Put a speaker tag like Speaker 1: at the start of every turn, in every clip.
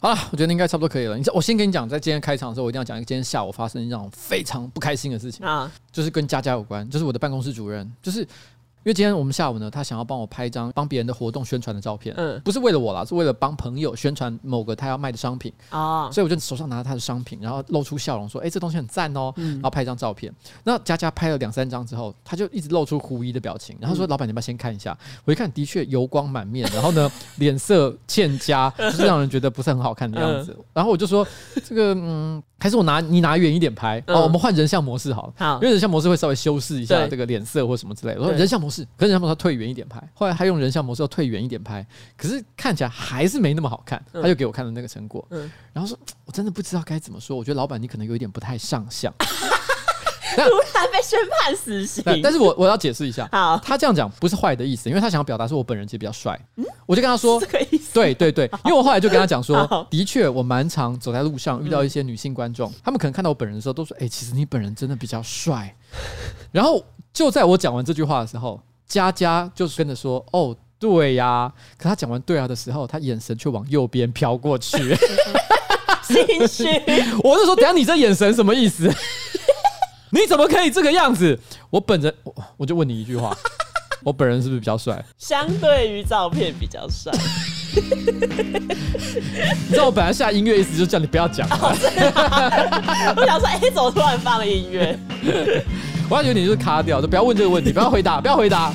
Speaker 1: 好了，啊我觉得应该差不多可以了。你我先跟你讲，在今天开场的时候，我一定要讲一个今天下午发生一件让我非常不开心的事情，
Speaker 2: 啊，
Speaker 1: 就是跟佳佳有关，就是我的办公室主任，就是因为今天我们下午呢，他想要帮我拍一张帮别人的活动宣传的照片，
Speaker 2: 嗯
Speaker 1: 不是为了我啦，是为了帮朋友宣传某个他要卖的商品，
Speaker 2: 啊，
Speaker 1: 所以我就手上拿着他的商品，然后露出笑容说：“哎、这东西很赞哦。”
Speaker 2: 嗯
Speaker 1: 然后拍一张照片。那佳佳拍了两三张之后，他就一直露出狐疑的表情，然
Speaker 2: 嗯
Speaker 1: 后说：“老板，你要不要先看一下？”我一看，的确油光满面，然后呢，脸色欠佳，就是让人觉得不是很好看的样
Speaker 2: 嗯
Speaker 1: 子。然后我就说：“这个，嗯，还是我拿你拿远一点拍、
Speaker 2: 嗯
Speaker 1: 哦，我们换人像模式好了。”
Speaker 2: 好
Speaker 1: 因，为人像模式会稍微修饰一下
Speaker 2: 啊对
Speaker 1: 这个脸色或什么之类的。我说
Speaker 2: 对
Speaker 1: 人像模式，可是人像模式要退远一点拍。后来他用人像模式要退远一点拍，可是看起来还是没那么好看。
Speaker 2: 嗯
Speaker 1: 他就给我看了那个成果，
Speaker 2: 嗯
Speaker 1: 然后说我真的不知道该怎么说。我觉得老板你可能有一点不太上 相，
Speaker 2: 突然被宣判死刑，
Speaker 1: 但但是我我要解释一下，
Speaker 2: 好，
Speaker 1: 他这样讲不是坏的意思，因为他想要表达说我本人其实比较帅。
Speaker 2: 嗯
Speaker 1: 我就跟他说
Speaker 2: 这。个意思，
Speaker 1: 对对对，因为我后来就跟他讲说
Speaker 2: 好，
Speaker 1: 的确，我蛮常走在路上遇到一些女性观众，她们可能看到我本人的时候都说：“哎、其实你本人真的比较帅。” 然后就在我讲完这句话的时候，佳佳就是跟着说：“哦，对呀、可她讲完“对啊”的时候，她眼神却往右边飘过去。
Speaker 2: 心虚，
Speaker 1: 我是说，等一下你这眼神什么意思？ 你怎么可以这个样子？我本人，我我就问你一句话，我本人是不是比较帅？
Speaker 2: 相对于照片比较帅，
Speaker 1: 你知道我本来下音乐意思就是叫你不要讲。
Speaker 2: 我想说，哎，怎么突然放音乐？
Speaker 1: 我感觉你就是卡掉，就不要问这个问题，不要回答，不 要回答。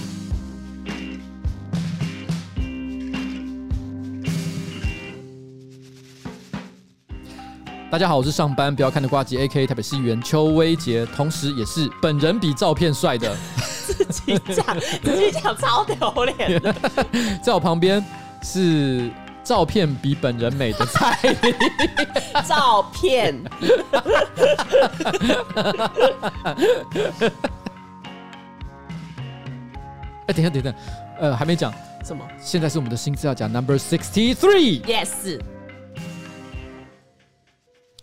Speaker 1: 大家好，我是上班不要看的瓜吉 A K 台北市议员邱威杰，同时也是本人比照片帅的。
Speaker 2: 自己讲，自己讲超丢脸的，
Speaker 1: 在我旁边是照片比本人美的蔡哎依林
Speaker 2: 照 片，
Speaker 1: 哎，等一下，等一下，呃，还没讲，
Speaker 2: 什么
Speaker 1: 现在是我们的新资料夹 number sixty three。
Speaker 2: ？Yes，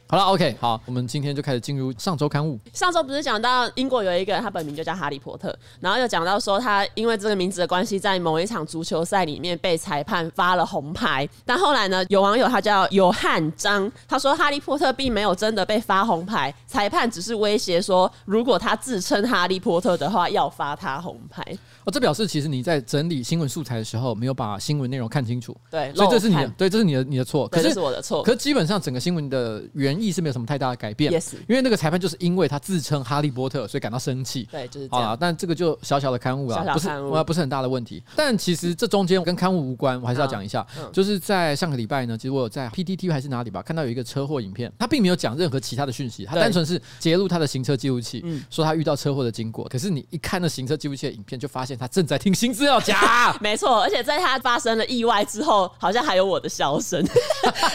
Speaker 1: 好了，OK，好，我们今天就开始进入上周刊物。
Speaker 2: 上周不是讲到英国有一个人，他本名就叫哈利波特，然后又讲到说他因为这个名字的关系，在某一场足球赛里面被裁判发了红牌。但后来呢，有网友他叫有汉章，他说哈利波特并没有真的被发红牌，裁判只是威胁说，如果他自称哈利波特的话，要发他红牌。
Speaker 1: 哦，这表示其实你在整理新闻素材的时候，没有把新闻内容看清楚，
Speaker 2: 对，
Speaker 1: 所以这是你
Speaker 2: 漏
Speaker 1: 的
Speaker 2: 看，
Speaker 1: 对，这是你的你的错。可
Speaker 2: 对这
Speaker 1: 是
Speaker 2: 是我的错
Speaker 1: 可。是基本上整个新闻的原意是没有什么太大的改变
Speaker 2: Yes
Speaker 1: 因为那个裁判就是因为他自称哈利波特，所以感到生气。
Speaker 2: 对，就是这
Speaker 1: 好
Speaker 2: 样。
Speaker 1: 啦，但这个就小小的刊物啦，
Speaker 2: 小小
Speaker 1: 不是
Speaker 2: 刊物
Speaker 1: 呃不是很大的问题。但其实这中间跟刊物无关，我还是要讲一下，
Speaker 2: 嗯嗯
Speaker 1: 就是在上个礼拜呢，其实我有在 PTT 还是哪里吧，看到有一个车祸影片，他并没有讲任何其他的讯息，他
Speaker 2: 对
Speaker 1: 单纯是截录他的行车记录器，
Speaker 2: 嗯，
Speaker 1: 说他遇到车祸的经过。可是你一看那行车记录器的影片，就发现他正在听新资料夹
Speaker 2: 没错，而且在他发生了意外之后，好像还有我的笑声。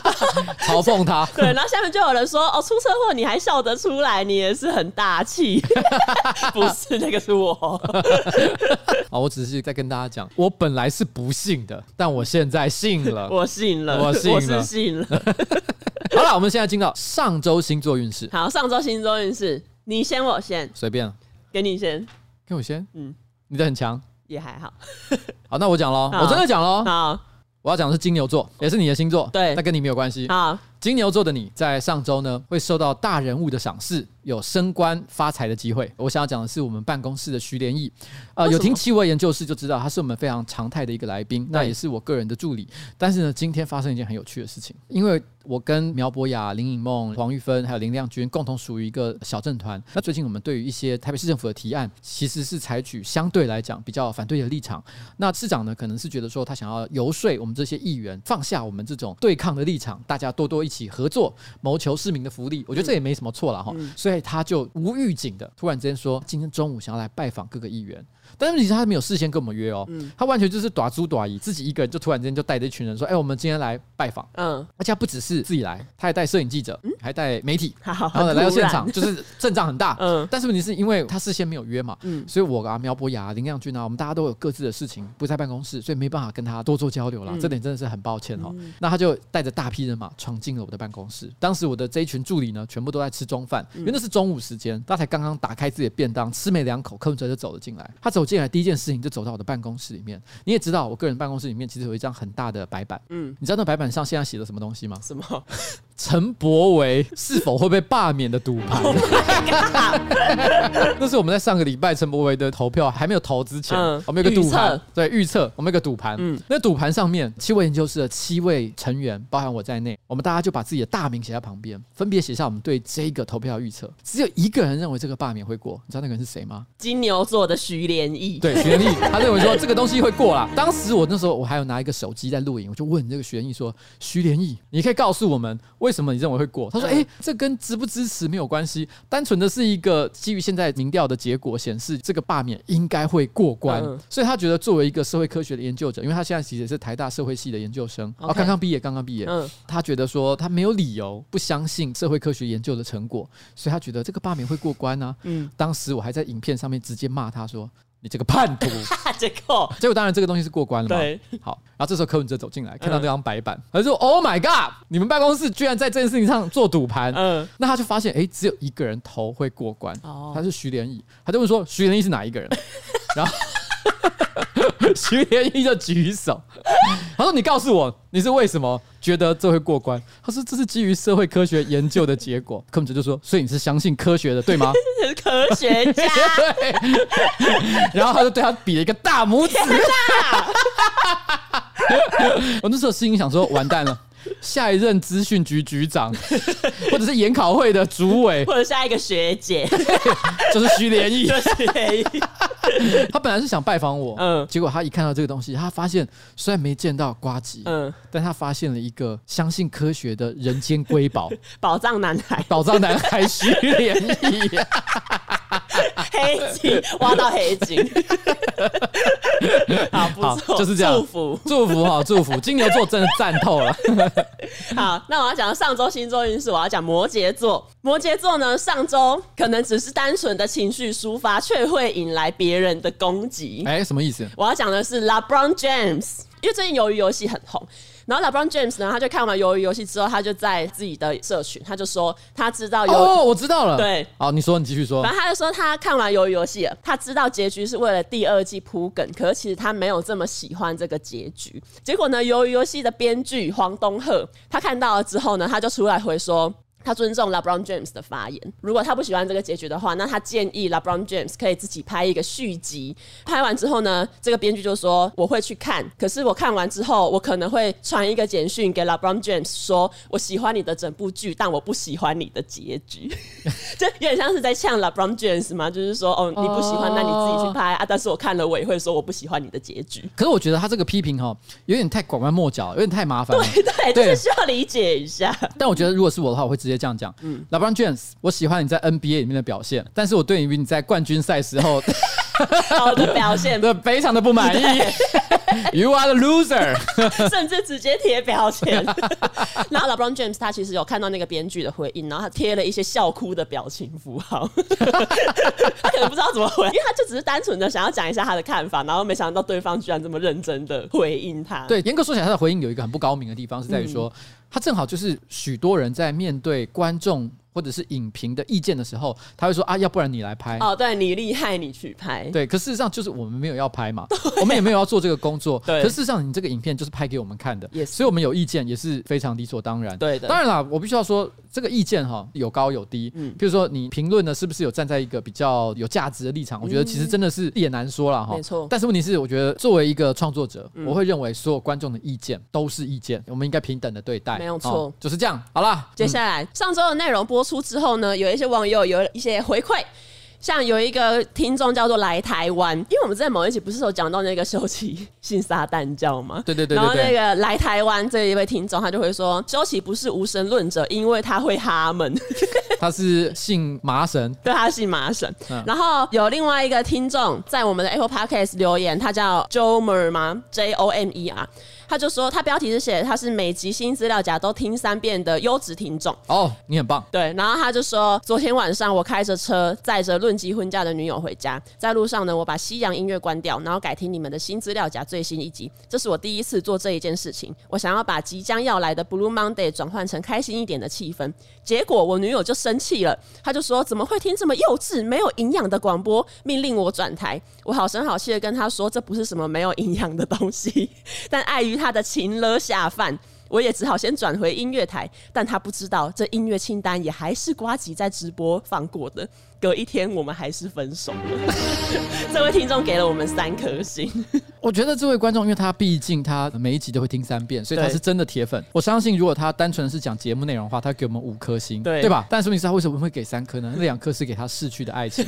Speaker 1: 嘲讽他。
Speaker 2: 对，然后下面就有人说：“哦，出车祸你还笑得出来，你也是很 大气。”不是，那个是我。
Speaker 1: 啊，我只是在跟大家讲，我本来是不信的，但我现在信了。
Speaker 2: 我信了，
Speaker 1: 我信了
Speaker 2: 是信了。
Speaker 1: 好了，我们现在进到上周星座运势，
Speaker 2: 好，上周星座运势，你先，我先，
Speaker 1: 随便，
Speaker 2: 给你先，
Speaker 1: 跟我先，嗯
Speaker 2: 嗯，
Speaker 1: 你的很强。
Speaker 2: 也还好。
Speaker 1: 好，那我讲喽，
Speaker 2: 好
Speaker 1: 我真的讲喽。
Speaker 2: 好，
Speaker 1: 我要讲的是金牛座，也是你的星座，
Speaker 2: 对
Speaker 1: 那跟你没有关系。
Speaker 2: 好，
Speaker 1: 金牛座的你在上周呢，会受到大人物的赏识，有升官发财的机会。我想要讲的是我们办公室的徐连义，呃，
Speaker 2: 为什么
Speaker 1: 有听戚薇研究室就知道，他是我们非常常态的一个来宾，那也是我个人的助理。但是呢，今天发生一件很有趣的事情，因为我跟苗博雅、林颖梦、黄玉芬还有林亮君共同属于一个小政团。那最近我们对于一些台北市政府的提案，其实是采取相对来讲比较反对的立场。那市长呢，可能是觉得说他想要游说我们这些议员放下我们这种对抗的立场，大家多多一起合作，谋求市民的福
Speaker 2: 嗯
Speaker 1: 利。我觉得这也没什么错了哈。所以他就无预警的突然之间说，今天中午想要来拜访各个议员。但是其实他没有事先跟我们约哦，
Speaker 2: 嗯
Speaker 1: 他完全就是短租短姨自己一个人就突然之间就带着一群人说，哎、我们今天来拜访，
Speaker 2: 嗯，
Speaker 1: 而且他不只是自己来，他还带摄影记者，还带媒体，
Speaker 2: 好，
Speaker 1: 然后呢
Speaker 2: 很
Speaker 1: 来到
Speaker 2: 突
Speaker 1: 现
Speaker 2: 然
Speaker 1: 场，就是阵仗很大。
Speaker 2: 嗯
Speaker 1: 但是问题是因为他事先没有约嘛，
Speaker 2: 嗯
Speaker 1: 所以我啊、苗博雅、啊、林亮君啊，我们大家都有各自的事情，不在办公室，所以没办法跟他多做交流啦。
Speaker 2: 嗯
Speaker 1: 这点真的是很抱歉哦。那他就带着大批人马闯进了我的办公室。当时我的这一群助理呢，全部都在吃中饭，
Speaker 2: 嗯
Speaker 1: 因为那是中午时间，他才刚刚打开自己的便当，吃没两口，柯文哲就走了进来。他走进来第一件事情就走到我的办公室里面。你也知道，我个人办公室里面其实有一张很大的白板，
Speaker 2: 嗯，
Speaker 1: 你知道那白板上现在写了什么东西吗？
Speaker 2: 什么？
Speaker 1: 陈柏维是否会被罢免的赌盘。那是我们在上个礼拜陈柏维的投票还没有投之前，
Speaker 2: 嗯
Speaker 1: 我们有个赌
Speaker 2: 预
Speaker 1: 盘
Speaker 2: 测，
Speaker 1: 对预测，我们有个赌盘。
Speaker 2: 嗯
Speaker 1: 那赌盘上面七位研究室的七位成员，包含我在内，我们大家就把自己的大名写在旁边，分别写下我们对这个投票的预测。只有一个人认为这个罢免会过，你知道那个人是谁吗？
Speaker 2: 金牛座的徐连义，
Speaker 1: 对，徐仁义，他认为说这个东西会过啦。当时我那时候我还有拿一个手机在录影，我就问这个徐仁义说：“徐连义，你可以告诉我们为什么你认为会过？”他说：“
Speaker 2: 嗯
Speaker 1: 哎、这跟支不支持没有关系，单纯的是一个基于现在民调的结果显示，这个罢免应该会过关。
Speaker 2: 嗯
Speaker 1: 所以他觉得作为一个社会科学的研究者，因为他现在其实也是台大社会系的研究生，哦，
Speaker 2: OK
Speaker 1: 刚刚毕业，刚刚毕业，
Speaker 2: 嗯，
Speaker 1: 他觉得说他没有理由不相信社会科学研究的成果，所以他觉得这个罢免会过关啊。
Speaker 2: 嗯，
Speaker 1: 当时我还在影片上面直接骂他说：“你这个叛 徒！”
Speaker 2: 哈，结果
Speaker 1: 结果当然这个东西是过关了嘛。
Speaker 2: 对，
Speaker 1: 好，然后这时候柯文哲走进来，看到那张白板，他就说：“Oh my god！你们办公室居然在这件事情上做赌盘。
Speaker 2: 嗯，
Speaker 1: 那他就发现，哎、只有一个人头会过关，
Speaker 2: 哦
Speaker 1: 他是徐连义，他就问说：“徐连义是哪一个人？” 然后徐连义就举手，他说：“你告诉我，你是为什么觉得这会过关？”他说：“这是基于社会科学研究的结果。”柯文哲就说：“所以你是相信科学的，对吗？”
Speaker 2: 这是科学 家，
Speaker 1: 对， 然后他就对他比了一个大拇指。 我那时候心里想说，完蛋了，下一任资讯局局 长，或者是研考会的主委，
Speaker 2: 或者下一个学姐，
Speaker 1: 就是徐连义
Speaker 2: 就。是连义，
Speaker 1: 他本来是想拜访我，嗯
Speaker 2: 嗯，
Speaker 1: 结果他一看到这个东西，他发现虽然没见到瓜吉，
Speaker 2: 嗯，
Speaker 1: 但他发现了一个相信科学的人间瑰宝——
Speaker 2: 宝藏男孩，
Speaker 1: 宝藏男孩徐连义。
Speaker 2: 黑金挖到黑金， 好
Speaker 1: 好
Speaker 2: 不错，
Speaker 1: 就是这样
Speaker 2: 祝福。
Speaker 1: 祝福哈，祝福！金牛座真的赞透了。
Speaker 2: 好，那我要讲上周星座运势，我要讲摩羯座。摩羯座呢，上周可能只是单纯的情绪抒发，却会引来别人的攻击。
Speaker 1: 哎、什么意思？
Speaker 2: 我要讲的是 LeBron James，因为最近鱿鱼游戏很红。然后 LeBron James 呢，他就看完鱿鱼游戏之后，他就在自己的社群，他就说他知道有，
Speaker 1: 哦，我知道了。
Speaker 2: 对，
Speaker 1: 好，你说，你继续说
Speaker 2: 反。正他就说他看完鱿鱼游戏了，他知道结局是为了第二季铺梗，可是其实他没有这么喜欢这个结局。结果呢，鱿鱼游戏的编剧黄东赫他看到了之后呢，他就出来回说。他尊重 LeBron James 的发言。如果他不喜欢这个结局的话，那他建议 LeBron James 可以自己拍一个续集。拍完之后呢，这个编剧就说我会去看，可是我看完之后，我可能会传一个简讯给 LeBron James 说我喜欢你的整部剧，但我不喜欢你的结局。 就有点像是在呛 LeBron James 嘛，就是说哦你不喜欢，那你自己去拍啊。但是我看了，我也会说我不喜欢你的结局。
Speaker 1: 可是我觉得他这个批评哈，有点太拐弯抹角，有点太麻烦了。
Speaker 2: 对对，
Speaker 1: 对
Speaker 2: 这需要理解一下。
Speaker 1: 但我觉得如果是我的话，我会直接这样讲。LeBron
Speaker 2: 嗯
Speaker 1: James，我喜欢你在 NBA 里面的表现，但是我对于你在冠军赛时 候
Speaker 2: 好的表现，
Speaker 1: 的非常的不满意。You are the loser。
Speaker 2: 甚至直接贴标签。然后 LeBron James 他其实有看到那个编剧的回应，然后他贴了一些笑哭的表情符号，他可能不知道怎么回，因为他就只是单纯的想要讲一下他的看法，然后没想到对方居然这么认真的回应他。
Speaker 1: 对，严格说起来，他的回应有一个很不高明的地方，是在于说，
Speaker 2: 嗯
Speaker 1: 他正好就是许多人在面对观众或者是影评的意见的时候，他会说啊，要不然你来拍。
Speaker 2: 哦，对你厉害，你去拍。
Speaker 1: 对，可事实上就是我们没有要拍嘛，我们也没有要做这个工作。
Speaker 2: 啊对
Speaker 1: 可事实上你这个影片就是拍给我们看的
Speaker 2: Yes
Speaker 1: 所以我们有意见也是非常理所当然。
Speaker 2: 对的
Speaker 1: 当然啦，我必须要说这个意见哈有高有低。嗯，譬如说你评论呢是不是有站在一个比较有价值的立场，我觉得其实真的是也难说了哈。
Speaker 2: 嗯没错嗯
Speaker 1: 但是问题是，我觉得作为一个创作者，我会认为所有观众的意见都是意见，我们应该平等的对待。
Speaker 2: 没有
Speaker 1: 哦
Speaker 2: 错
Speaker 1: 就是这样。好啦，嗯
Speaker 2: 接下来、上周的内容播出之后呢，有一些网友有一些回馈。像有一个听众叫做来台湾，因为我们在某一集不是有讲到那个修齐信撒旦教吗？
Speaker 1: 对对对对对
Speaker 2: 然后那个来台湾这一位听众，他就会说，修齐不是无神论者，因为他会哈们，
Speaker 1: 嗯他是姓麻神，
Speaker 2: 对他信麻神。
Speaker 1: 嗯
Speaker 2: 然后有另外一个听众在我们的 Apple Podcast 留言，他叫 Jomer 吗？J O M E R。他就说他标题是写他是每集新资料夹都听三遍的优质听众。
Speaker 1: 哦，你很棒，
Speaker 2: 对，然后他就说，昨天晚上我开着车载着论及婚嫁的女友回家，在路上呢，我把西洋音乐关掉，然后改听你们的新资料夹最新一集。这是我第一次做这一件事情，我想要把即将要来的 Blue Monday 转换成开心一点的气氛。结果我女友就生气了，她就说怎么会听这么幼稚、没有营养的广播，命令我转台。我好声好气的跟她说，这不是什么没有营养的东西，但碍于她的情勒下饭。我也只好先转回音乐台，但他不知道这音乐清单也还是瓜吉在直播放过的。隔一天，我们还是分手了。 这位听众给了我们三颗星，
Speaker 1: 我觉得这位观众，因为他毕竟他每一集都会听三遍，所以他
Speaker 2: 对
Speaker 1: 是真的铁粉。我相信，如果他单纯是讲节目内容的话，他给我们五颗星，
Speaker 2: 对
Speaker 1: 吧？但说明是他为什么会给三颗呢？那两颗是给他逝去的爱 情。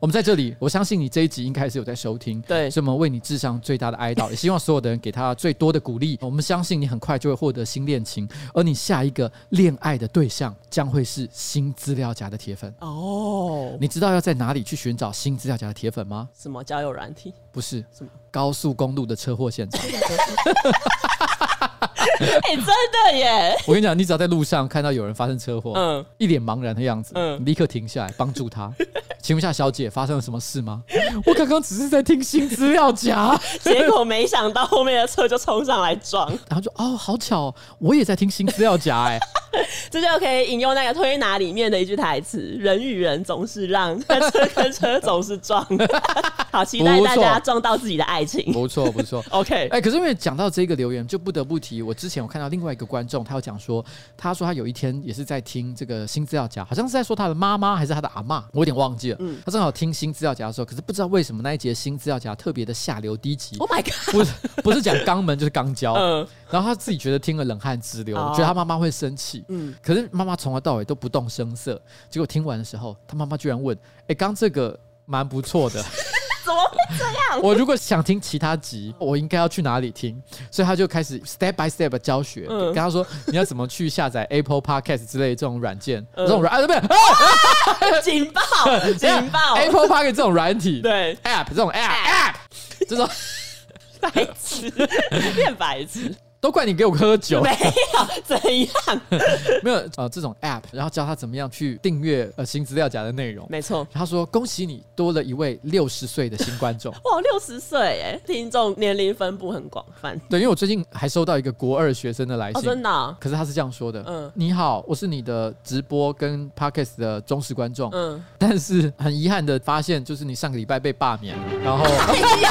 Speaker 1: 我们在这里，我相信你这一集应该是有在收听，
Speaker 2: 对
Speaker 1: 所以我们为 你致上最大的哀悼，也希望所有的人给他最多的鼓励。我们相信你很快就会获得新恋情，而你下一个恋爱的对象将会是新资料夹的铁粉。
Speaker 2: 哦，
Speaker 1: 你知道要在哪里去寻找新资料夹的铁粉吗？
Speaker 2: 什么交友软体？
Speaker 1: 不是
Speaker 2: 什么
Speaker 1: 高速公路的车祸现场。
Speaker 2: 哎、真的耶！
Speaker 1: 我跟你讲，你只要在路上看到有人发生车祸，
Speaker 2: 嗯，
Speaker 1: 一脸茫然的样子，
Speaker 2: 嗯
Speaker 1: 你立刻停下来帮助他。 请问一下，小姐发生了什么事吗？ 我刚刚只是在听新资料夹，
Speaker 2: 结果没想到后面的车就冲上来撞，
Speaker 1: 然后就哦，好巧哦，我也在听新资料夹哎、
Speaker 2: 这就可以引用那个推拿里面的一句台词：“人与人总是让， 但车跟车总是撞。” 好，期待
Speaker 1: 不
Speaker 2: 大
Speaker 1: 错
Speaker 2: 家撞到自己的爱 情。
Speaker 1: 不错不错。
Speaker 2: OK，
Speaker 1: 哎、可是因为讲到这个留言，就不得不提，我之前我看到另外一个观众，他有讲说，他说他有一天也是在听这个新资料夹，好像是在说他的妈妈还是他的阿嬷，我有点忘记了。
Speaker 2: 嗯
Speaker 1: 他正好听新资料夹的时候，可是不知道为什么那一节新资料夹特别的下流低级。
Speaker 2: Oh my god！
Speaker 1: 不是不是讲肛门就是肛交，
Speaker 2: 嗯
Speaker 1: 然后他自己觉得听了冷汗直流，
Speaker 2: 哦
Speaker 1: 觉得他妈妈会生气。
Speaker 2: 嗯
Speaker 1: 可是妈妈从头到尾都不动声色，结果听完的时候，他妈妈居然问：“哎，刚这个蛮不错 的，
Speaker 2: 怎么会
Speaker 1: 我如果想听其他集，我应该要去哪里听？”所以他就开始 step by step 地教学，
Speaker 2: 嗯
Speaker 1: 跟他说你要怎么去下载 Apple Podcast 之类的这种软件，
Speaker 2: 嗯
Speaker 1: 这种软啊不是
Speaker 2: 警 报！警报！
Speaker 1: Apple Podcast 这种软体，
Speaker 2: 对，
Speaker 1: App 这种 App App 这种
Speaker 2: 白痴，变白 痴，
Speaker 1: 都怪你给我喝酒，
Speaker 2: 没有怎样？
Speaker 1: 没有呃这种 App，然后教他怎么样去订阅呃新资料夹的内容。
Speaker 2: 没错，
Speaker 1: 他说：“恭喜你多了一位六十岁的新观众。
Speaker 2: 哇，六十岁哎，听众年龄分布很广泛”
Speaker 1: 对，因为我最近还收到一个国二学生的来
Speaker 2: 哦，
Speaker 1: 信，
Speaker 2: 真的哦、
Speaker 1: 可是他是这样说的：“
Speaker 2: 嗯
Speaker 1: 你好，我是你的直播跟 podcast 的忠实观众，
Speaker 2: 嗯，
Speaker 1: 但是很遗憾的发现，就是你上个礼拜被罢免，然后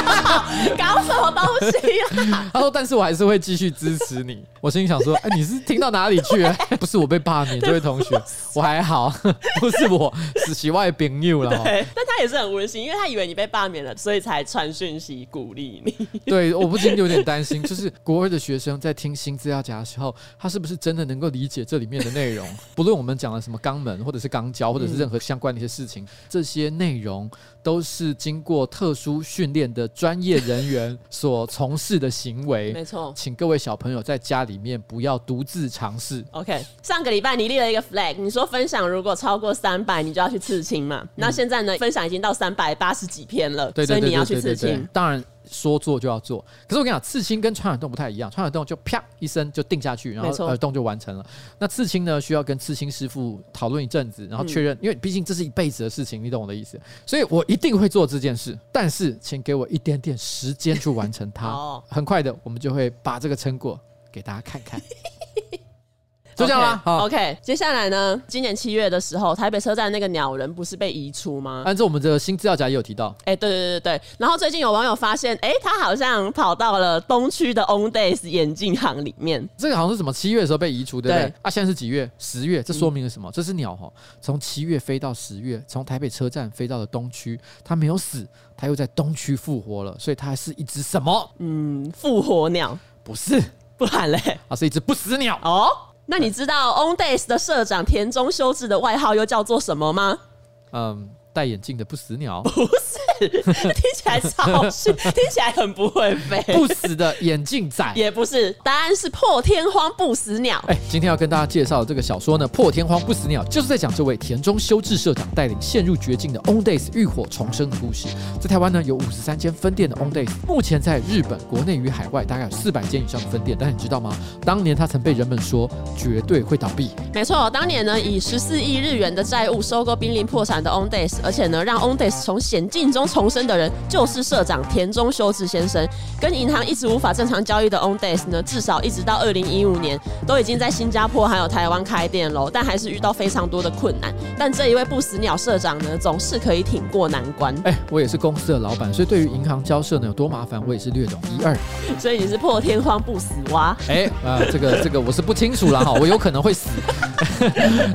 Speaker 2: 搞什么东西啊？
Speaker 1: 他说，但是我还是会继续支持你。” 我心里想说：“哎、你是听到哪里去 了？不是我被罢免，这位 同学，我还好， 不是我，是喜外朋友了。”哦
Speaker 2: 对，但他也是很温馨，因为他以为你被罢免了，所以才传讯息鼓励你。
Speaker 1: 对，我不禁有点担心，就是国二的学生在听新资料夹的时候，他是不是真的能够理解这里面的内容？ 不论我们讲了什么肛门，或者是肛交，或者
Speaker 2: 嗯
Speaker 1: 是任何相关的一些事情，这些内容都是经过特殊训练的专业人员所从事的行为。
Speaker 2: 没错。
Speaker 1: 请各位小朋友在家里面不要独自尝试。
Speaker 2: OK，上个礼拜你立了一个 flag，你说分享如果超过三百，你就要去刺青嘛。那现在呢，分享已经到三百八十几篇了，
Speaker 1: 嗯对对
Speaker 2: 所
Speaker 1: 对
Speaker 2: 以你要
Speaker 1: 对
Speaker 2: 去
Speaker 1: 对
Speaker 2: 刺
Speaker 1: 对
Speaker 2: 青
Speaker 1: 对。，当然说做就要做。可是我跟你讲，刺青跟穿耳洞不太一样，穿耳洞就啪一声就定下去，然
Speaker 2: 没
Speaker 1: 后
Speaker 2: 错
Speaker 1: 耳洞就完成了。那刺青呢，需要跟刺青师傅讨论一阵子，
Speaker 2: 嗯
Speaker 1: 然后确认，因为毕竟这是一辈子的事情，你懂我的意思。所以我一定会做这件事，但是请给我一点点时间去完成它
Speaker 2: 好。
Speaker 1: 很快的，我们就会把这个成果给大家看 看。就这样啦，好。
Speaker 2: OK，, 接下来呢？今年七月的时候，台北车站那个鸟人不是被移出吗？
Speaker 1: 按照我们的新资料夹也有提到，
Speaker 2: 哎、对对对对对。然后最近有网友发现，哎、他好像跑到了东区的 On Days 眼镜行里面。
Speaker 1: 这个好像是什么七月的时候被移除，对不对？
Speaker 2: 对
Speaker 1: 啊，现在是几月？十月，这说明了什么？这只鸟哈，哦从七月飞到十月，从台北车站飞到了东区，它没有死，它又在东区复活了，所以它还是一只什么？
Speaker 2: 嗯，复活鸟，
Speaker 1: 不是，
Speaker 2: 不 然嘞？
Speaker 1: 它是一只不死鸟。
Speaker 2: 哦，那你知道 On Days 的社长田 中修治的外号又叫做什么吗？
Speaker 1: 嗯，戴眼镜的不死鸟，
Speaker 2: 不是，听起来超好笑，听起来很不会飞。
Speaker 1: 不死的眼镜仔。
Speaker 2: 也不是，答案是破天荒不死鸟。
Speaker 1: 哎，今天要跟大家介绍的这个小说呢，《破天荒不死鸟》，就是在讲这位田中修治社长带领陷入绝境的 On Days 浴火重生的故事。在台湾呢，有五十三间分店的 On Days，目前在日本国内与海外大概有四百间以上的分店。但你知道吗？当年他曾被人们说绝对会倒闭。
Speaker 2: 没错，当年呢以十四亿日元的债务收购濒临破产的 On Days，而且呢让 On Days 从险境中重生的人就是社长田中修治先生。跟银行一直无法正常交易的 On Days 呢，至少一直到二零一五年都已经在新加坡还有台湾开店喽，但还是遇到非常多的困难。但这一位不死鸟社长呢，总是可以挺过难关。
Speaker 1: 哎，我也是公司的老板，所以对于银行交涉呢有多麻烦，我也是略懂一二。
Speaker 2: 所以你是破天荒不死蛙。
Speaker 1: 哎，啊、这个这个我是不清楚啦哈，我有可能会死。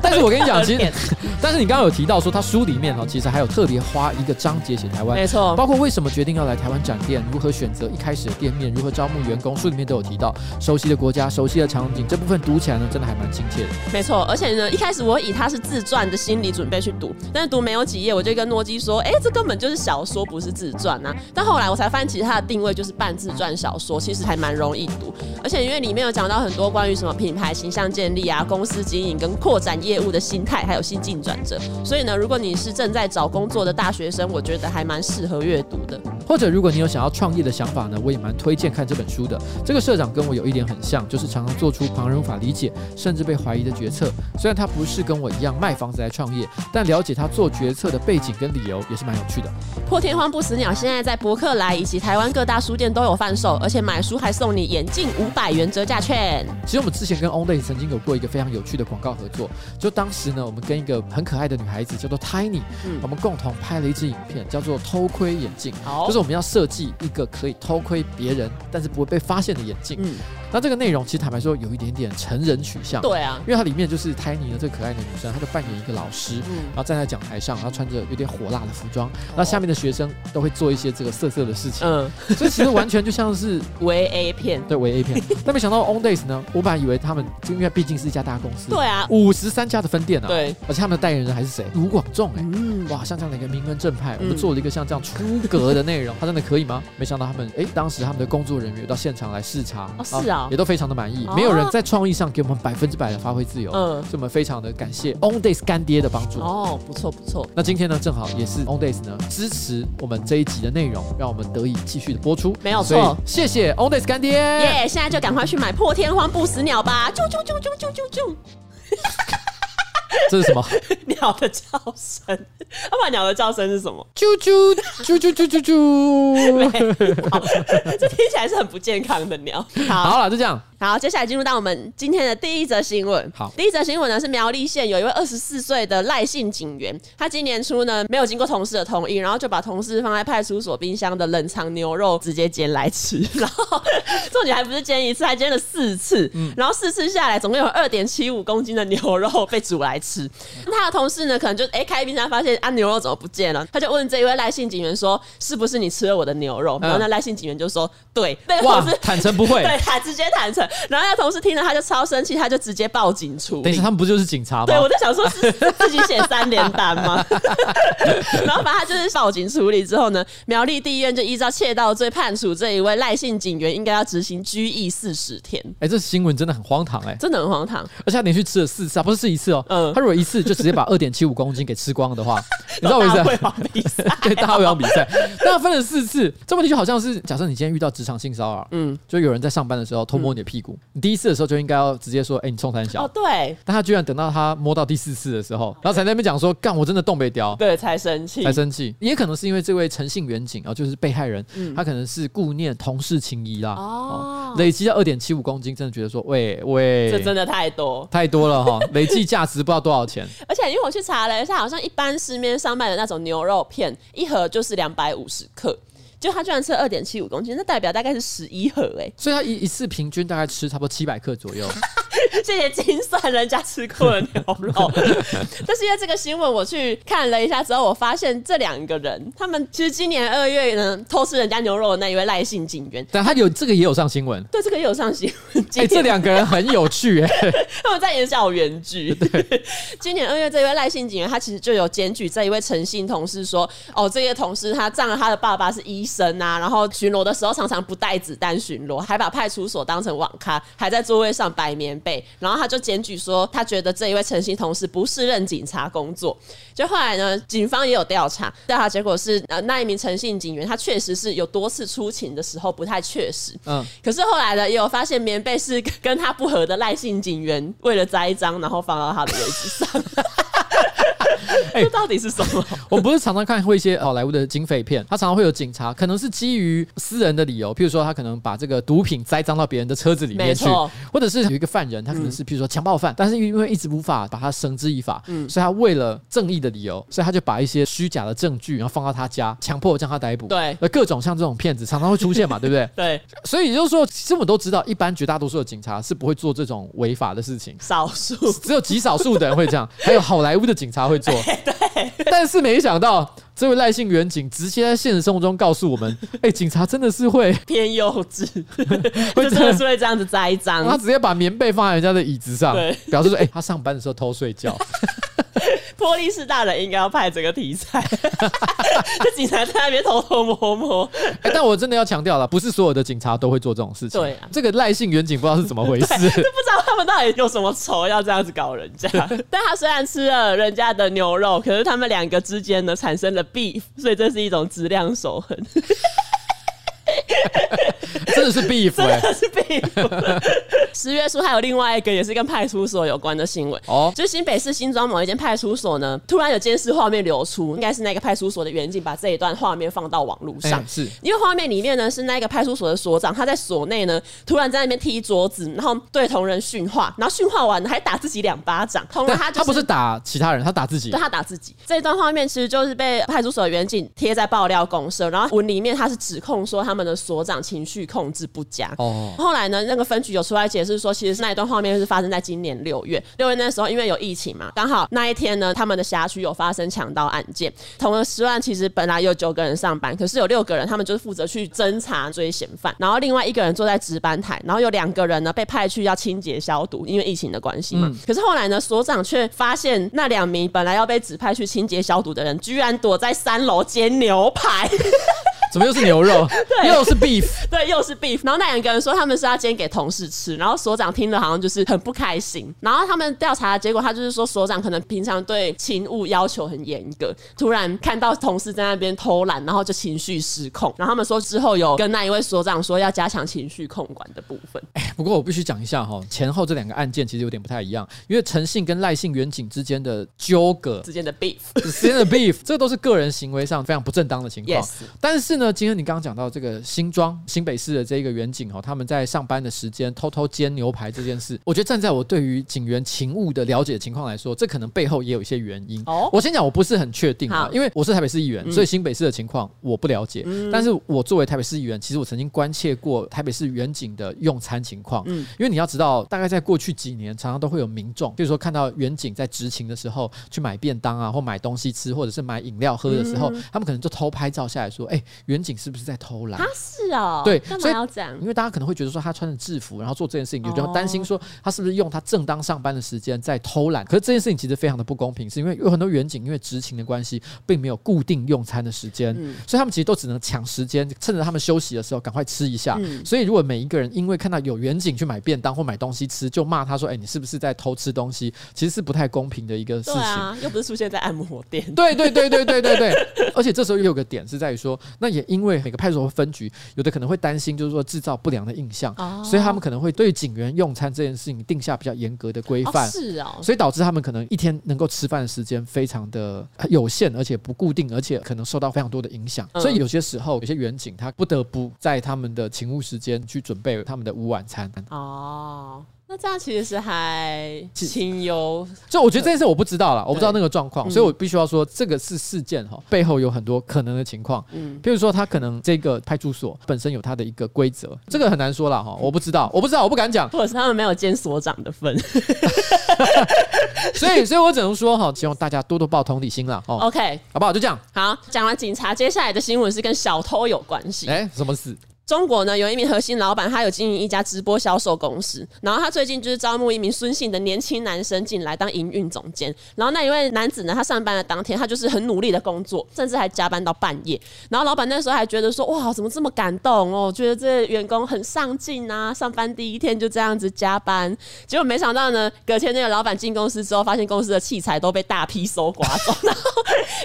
Speaker 1: 但是我跟你讲，其实，但是你刚刚有提到说，他书里面哈，其实还有特别花一个章节写台湾，
Speaker 2: 没错，
Speaker 1: 包括为什么决定要来台湾展店，如何选择一开始的店面，如何招募员工，书里面都有提到。熟悉的国家，熟悉的场景，这部分读起来呢，真的还蛮亲切的。
Speaker 2: 没错，而且呢，一开始我以他是自传的心理准备去读，但是读没有几页，我就跟诺基说：“哎、这根本就是小说，不是自传啊！”但后来我才发现，其实它的定位就是半自传小说，其实还蛮容易读。而且因为里面有讲到很多关于什么品牌形象建立啊、公司经营跟扩展业务的心态，还有心境转折。所以呢，如果你是正在找工作的大学生，我觉得还蛮适合阅读的。
Speaker 1: 或者如果你有想要创业的想法呢，我也蛮推荐看这本书的。这个社长跟我有一点很像，就是常常做出旁人无法理解，甚至被怀疑的决策。虽然他不是跟我一样卖房子来创业，但了解他做决策的背景跟理由也是蛮有趣的。
Speaker 2: 破天荒不死鸟现在在博客来以及台湾各大书店都有贩售，而且买书还送你眼镜五百元折价券。
Speaker 1: 其实我们之前跟 Onday 曾经有过一个非常有趣的广告合作，就当时呢，我们跟一个很可爱的女孩子叫做 Tiny，、
Speaker 2: 嗯
Speaker 1: 我们共同拍了一支影片，叫做《偷窥眼镜》，
Speaker 2: 好
Speaker 1: 就是我们要设计一个可以偷窥别人但是不会被发现的眼镜。
Speaker 2: 嗯，
Speaker 1: 那这个内容其实坦白说有一点点成人取向，
Speaker 2: 对啊，
Speaker 1: 因为它里面就是泰尼的这个可爱的女生，她就扮演一个老师，
Speaker 2: 嗯
Speaker 1: 然，后站在讲台上，然后穿着有点火辣的服装，
Speaker 2: 哦
Speaker 1: 那下面的学生都会做一些这个色色的事 情，
Speaker 2: 嗯，
Speaker 1: 所以其实完全就像是
Speaker 2: 为 A 片。
Speaker 1: 对为 A 片。但没想到 On Days 呢，我本来以为他们因为毕竟是一家大公司，
Speaker 2: 对啊，
Speaker 1: 五十三家的分店啊，
Speaker 2: 对，
Speaker 1: 而且他们的代言人还是谁？卢广仲哎、
Speaker 2: 嗯，
Speaker 1: 哇，像这样的一个名门正派，我们
Speaker 2: 嗯
Speaker 1: 做了一个像这样出格的 内容，他真的可以吗？没想到他们，哎，当时他们的工作人员有到现场来视察，
Speaker 2: 哦是啊
Speaker 1: 也都非常的满意
Speaker 2: 哦，
Speaker 1: 没有人在创意上给我们百分之百的发挥自由，
Speaker 2: 嗯，
Speaker 1: 所以我们非常的感谢 On Days 干爹的帮助。
Speaker 2: 哦，不错不错，
Speaker 1: 那今天呢，正好也是 On Days 呢支持我们这一集的内容，让我们得以继续的播出。
Speaker 2: 没有
Speaker 1: 所以
Speaker 2: 错。
Speaker 1: 谢谢 On Days 干爹。
Speaker 2: 耶、现在就赶快去买破天荒不死鸟吧！啾啾啾啾啾啾啾，
Speaker 1: 这是什么？
Speaker 2: 鸟的叫声， 啊要不然鸟的叫声是什么？
Speaker 1: 啾啾啾啾啾啾啾。
Speaker 2: 好这听起来是很不健康的鸟。好
Speaker 1: 好了，就这样。
Speaker 2: 好，接下来进入到我们今天的第一则新闻。
Speaker 1: 好
Speaker 2: 第一则新闻呢是苗栗县有一位二十四岁的赖姓警员，他今年初呢没有经过同事的同意，然后就把同事放在派出所冰箱的冷藏牛肉直接煎来吃， 然后重点还不是煎一次，还煎了四次，
Speaker 1: 嗯
Speaker 2: 然后四次下来总共有二点七五公斤的牛肉被煮来吃。那他的同事呢可能就哎、开冰箱发现啊牛肉怎么不见了，他就问这一位赖姓警员说是不是你吃了我的牛肉？然后那赖姓警员就说对，那个
Speaker 1: 嗯哇
Speaker 2: 同事，
Speaker 1: 坦诚不会。
Speaker 2: 对他直接坦诚。然后他同事听了，他就超生气，他就直接报警处
Speaker 1: 等一
Speaker 2: 理
Speaker 1: 下，。他们不就是警察吗？
Speaker 2: 对，我在想说是是自己写三联单吗？ 然后把他就是报警处理之后呢，苗栗地院就依照窃盗罪判处这一位赖姓警员应该要执行拘役四十天，
Speaker 1: 哎、这新闻真的很荒唐哎、
Speaker 2: 真的很荒唐。
Speaker 1: 而且他连续吃了四次啊，不是吃一次哦，
Speaker 2: 嗯
Speaker 1: 他如果一次就直接把二点七五公斤给吃光了的 话，你知道我意思
Speaker 2: 大
Speaker 1: 吗
Speaker 2: 会？王比赛
Speaker 1: 对，大胃王比赛，但他分了四次，这问题就好像是，假设你今天遇到职场性骚扰，嗯
Speaker 2: 嗯，
Speaker 1: 就有人在上班的时候偷摸你的屁股，你第一次的时候就应该要直接说，哎、你冲三小，
Speaker 2: 哦，对
Speaker 1: 但他居然等到他摸到第四次的时候，然后才在那边讲说，干，我真的东北雕，
Speaker 2: 对，才生气
Speaker 1: 才。生气，也可能是因为这位诚信远景啊，就是被害人，他可能是顾念同事情谊啦，哦
Speaker 2: 嗯哦，
Speaker 1: 累积到二点七五公斤，真的觉得说，喂喂，
Speaker 2: 这真的太多，
Speaker 1: 太多了哈， 累计价值不知道多少钱，
Speaker 2: 而且因为我去查了一下，好像一般市面上卖的那种牛肉片，一盒就是两百五十克，就他居然吃二点七五公斤，那代表大概是十一盒哎、
Speaker 1: 所以他一一次平均大概吃差不多七百克左右，
Speaker 2: 谢谢精算人家吃过的牛肉。 但是因为这个新闻，我去看了一下之后，我发现这两个人，他们其实今年二月呢偷吃人家牛肉的那一位赖姓警员，
Speaker 1: 但他有这个也有上新闻。
Speaker 2: 对这个也有上新闻。
Speaker 1: 哎、这两个人很有趣哎、
Speaker 2: 他们在演小原剧。 今年二月，这位赖姓警员他其实就有检举这一位诚信同事说，哦，这些同事他仗着他的爸爸是医生啊，然后巡逻的时候常常不带子弹巡逻，还把派出所当成网咖，还在座位上摆棉被，然后他就检举说，他觉得这一位诚信同事不是任警察工作。就后来呢，警方也有调查，调查结果是，呃，那一名诚信警员他确实是有多次出勤的时候不太确实，
Speaker 1: 嗯，
Speaker 2: 可是后来呢，也有发现棉被是 跟他不合的赖姓警员为了栽赃，然后放到他的位 置上。
Speaker 1: 哎
Speaker 2: 这到底是什么？
Speaker 1: 我们不是常常看会一些好哦莱坞的警匪片，他常常会有警察，可能是基于私人的理由，譬如说他可能把这个毒品栽赃到别人的车子里面去
Speaker 2: 没错，嗯
Speaker 1: 或者是有一个犯人，他可能是譬如说强暴犯，但是因为一直无法把他绳之以法，所以他为了正义的理由，所以他就把一些虚假的证据，然后放到他家，强迫将他逮捕。
Speaker 2: 对
Speaker 1: 那各种像这种骗子常常会出现嘛，对不对？
Speaker 2: 对，
Speaker 1: 所以也就是说，其实我们都知道，一般绝大多数的警察是不会做这种违法的事情。
Speaker 2: 少数。
Speaker 1: 只有极少数的人会这 样，还有好莱坞的警察会做。但是没想到这位赖姓远警直接在现实生活中告诉我们：， 哎、警察真的是会，
Speaker 2: 偏 幼稚，
Speaker 1: 会这
Speaker 2: 就真的
Speaker 1: 样
Speaker 2: 是。会这样子栽赃。
Speaker 1: 他直接把棉被放在人家的椅子上
Speaker 2: 对，
Speaker 1: 表示说：“哎、他上班的时候偷睡 觉。
Speaker 2: 波利士大人应该要拍这个题材， 就警察在那边偷偷摸摸，
Speaker 1: 哎但我真的要强调了，不是所有的警察都会做这种事情。
Speaker 2: 对啊
Speaker 1: 这个赖姓远警不知道是怎么回事。
Speaker 2: 不知道他们到底有什么仇要这样子搞人家。但他虽然吃了人家的牛肉，可是他们两个之间呢产生了 beef，所以这是一种质量守恒，
Speaker 1: 真的是 beef
Speaker 2: 真
Speaker 1: 哎、
Speaker 2: 的是 beef。十月初还有另外一个也是跟派出所有关的新闻，
Speaker 1: 哦，
Speaker 2: 就新北市新庄某一间派出所呢，突然有监视画面流出，应该是那个派出所的远景把这一段画面放到网络
Speaker 1: 哎、
Speaker 2: 上。
Speaker 1: 是
Speaker 2: 因为画面里面呢是那个派出所的所长，他在所内呢突然在那边踢桌子，然后对同仁训话，然后训话完还打自己两巴掌，同仁
Speaker 1: 但
Speaker 2: 他
Speaker 1: 哎他
Speaker 2: 就
Speaker 1: 不
Speaker 2: 是
Speaker 1: 是打其他人，他打自己
Speaker 2: 对。他打自己。这一段画面其实就是被派出所的远景贴在爆料公社，然后文里面他是指控说他们的所长情绪控制不佳。
Speaker 1: 哦，
Speaker 2: 后来呢，那个分局有出来解释说，其实是那一段画面是发生在今年六月，六月那时候因为有疫情嘛，刚好那一天呢，他们的辖区有发生强盗案件，同额十万其实本来有九个人上班，可是有六个人他们就是负责去侦查追嫌犯，然后另外一个人坐在值班台，然后有两个人呢被派去要清洁消毒，因为疫情的关系嘛。可是后来呢，所长却发现那两名本来要被指派去清洁消毒的人，居然躲在三楼煎牛排。
Speaker 1: 怎么又是牛肉，又是 beef？
Speaker 2: 对，又是 beef。然后那两个人说他们是要煎给同事吃，然后所长听了好像就是很不开心。然后他们调查的结果，他就是说所长可能平常对勤务要求很严格，突然看到同事在那边偷懒，然后就情绪失控。然后他们说之后有跟那一位所长说要加强情绪控管的部分。
Speaker 1: 不过我必须讲一下哈，前后这两个案件其实有点不太一样，因为诚信跟赖姓远景之间的纠葛
Speaker 2: 之间的 beef，
Speaker 1: 之间的 beef，这都是个人行为上非常不正当的情况。
Speaker 2: Yes
Speaker 1: 但是呢，今天你刚刚讲到这个新庄新北市的这个远景哦，他们在上班的时间偷偷煎牛排这件事，我觉得站在我对于警员勤务的了解情况来说，这可能背后也有一些原因。
Speaker 2: 哦
Speaker 1: 我先讲，我不是很确定啊
Speaker 2: 好，嗯
Speaker 1: 因为我是台北市议员，所以新北市的情况我不了解。但是我作为台北市议员，其实我曾经关切过台北市远景的用餐情况。
Speaker 2: 嗯
Speaker 1: 因为你要知道，大概在过去几年，常常都会有民众，比如说看到远景在执勤的时候去买便当啊，或买东西吃，或者是买饮料喝的时
Speaker 2: 嗯
Speaker 1: 候，他们可能就偷拍照下来说：“哎、远景是不是在偷懒
Speaker 2: 他？”是哦，
Speaker 1: 对
Speaker 2: 干嘛
Speaker 1: 所以
Speaker 2: 要这样
Speaker 1: 因？为大家可能会觉得说他穿着制服，然后做这件事情，有
Speaker 2: 哦
Speaker 1: 就担心说他是不是用他正当上班的时间在偷懒。可是这件事情其实非常的不公平，是因为有很多远景因为执勤的关系，并没有固定用餐的时间，
Speaker 2: 嗯
Speaker 1: 所以他们其实都只能抢时间，趁着他们休息的时候赶快吃一下。
Speaker 2: 嗯
Speaker 1: 所以如果每一个人因为看到有远景去买便当或买东西吃，就骂他说：“哎、你是不是在偷吃东西？”其实是不太公平的一个事
Speaker 2: 对
Speaker 1: 情。
Speaker 2: 啊，又不是出现在按摩店，
Speaker 1: 对对对对对对 对，而且这时候又有个点是在于说，那也因为每个派出所分局有的可能会担心，就是说制造不良的印象，
Speaker 2: 哦
Speaker 1: 所以他们可能会对警员用餐这件事情定下比较严格的规
Speaker 2: 哦
Speaker 1: 范。
Speaker 2: 是哦，
Speaker 1: 所以导致他们可能一天能够吃饭的时间非常的呃有限，而且不固定，而且可能受到非常多的影响。
Speaker 2: 嗯
Speaker 1: 所以有些时候，有些远警他不得不在他们的勤务时间去准备他们的午晚餐。
Speaker 2: 哦，那这样其实还
Speaker 1: 其
Speaker 2: 清幽，
Speaker 1: 就我觉得这件事我不知道啦，我不知道那个状况，
Speaker 2: 嗯
Speaker 1: 所以我必须要说，这个是事件哈，背后有很多可能的情况。
Speaker 2: 嗯，
Speaker 1: 譬如说，他可能这个派出所本身有他的一个规则，这个很难说啦
Speaker 2: 嗯
Speaker 1: 哈，我不知道，我不知道，我不敢 讲，
Speaker 2: 或者是他们没有兼所长的份。
Speaker 1: 所以，所以我只能说哈，希望大家多多抱同理心啦哦，
Speaker 2: OK，
Speaker 1: 好不好？就这 样，
Speaker 2: 好，讲完警察，接下来的新闻是跟小偷有关系。
Speaker 1: 哎，什么事？
Speaker 2: 中国呢有一名核心老板，他有经营一家直播销售公司，然后他最近就是招募一名孙姓的年轻男生进来当营运总监。然后那一位男子呢，他上班的当天，他就是很努力的工作，甚至还加班到半夜。然后老板那时候还觉得说，哇，怎么这么感动哦？觉得这员工很上进啊，上班第一天就这样子加班。结果没想到呢，隔天那个老板进公司之后，发现公司的器材都被大批搜刮走，然后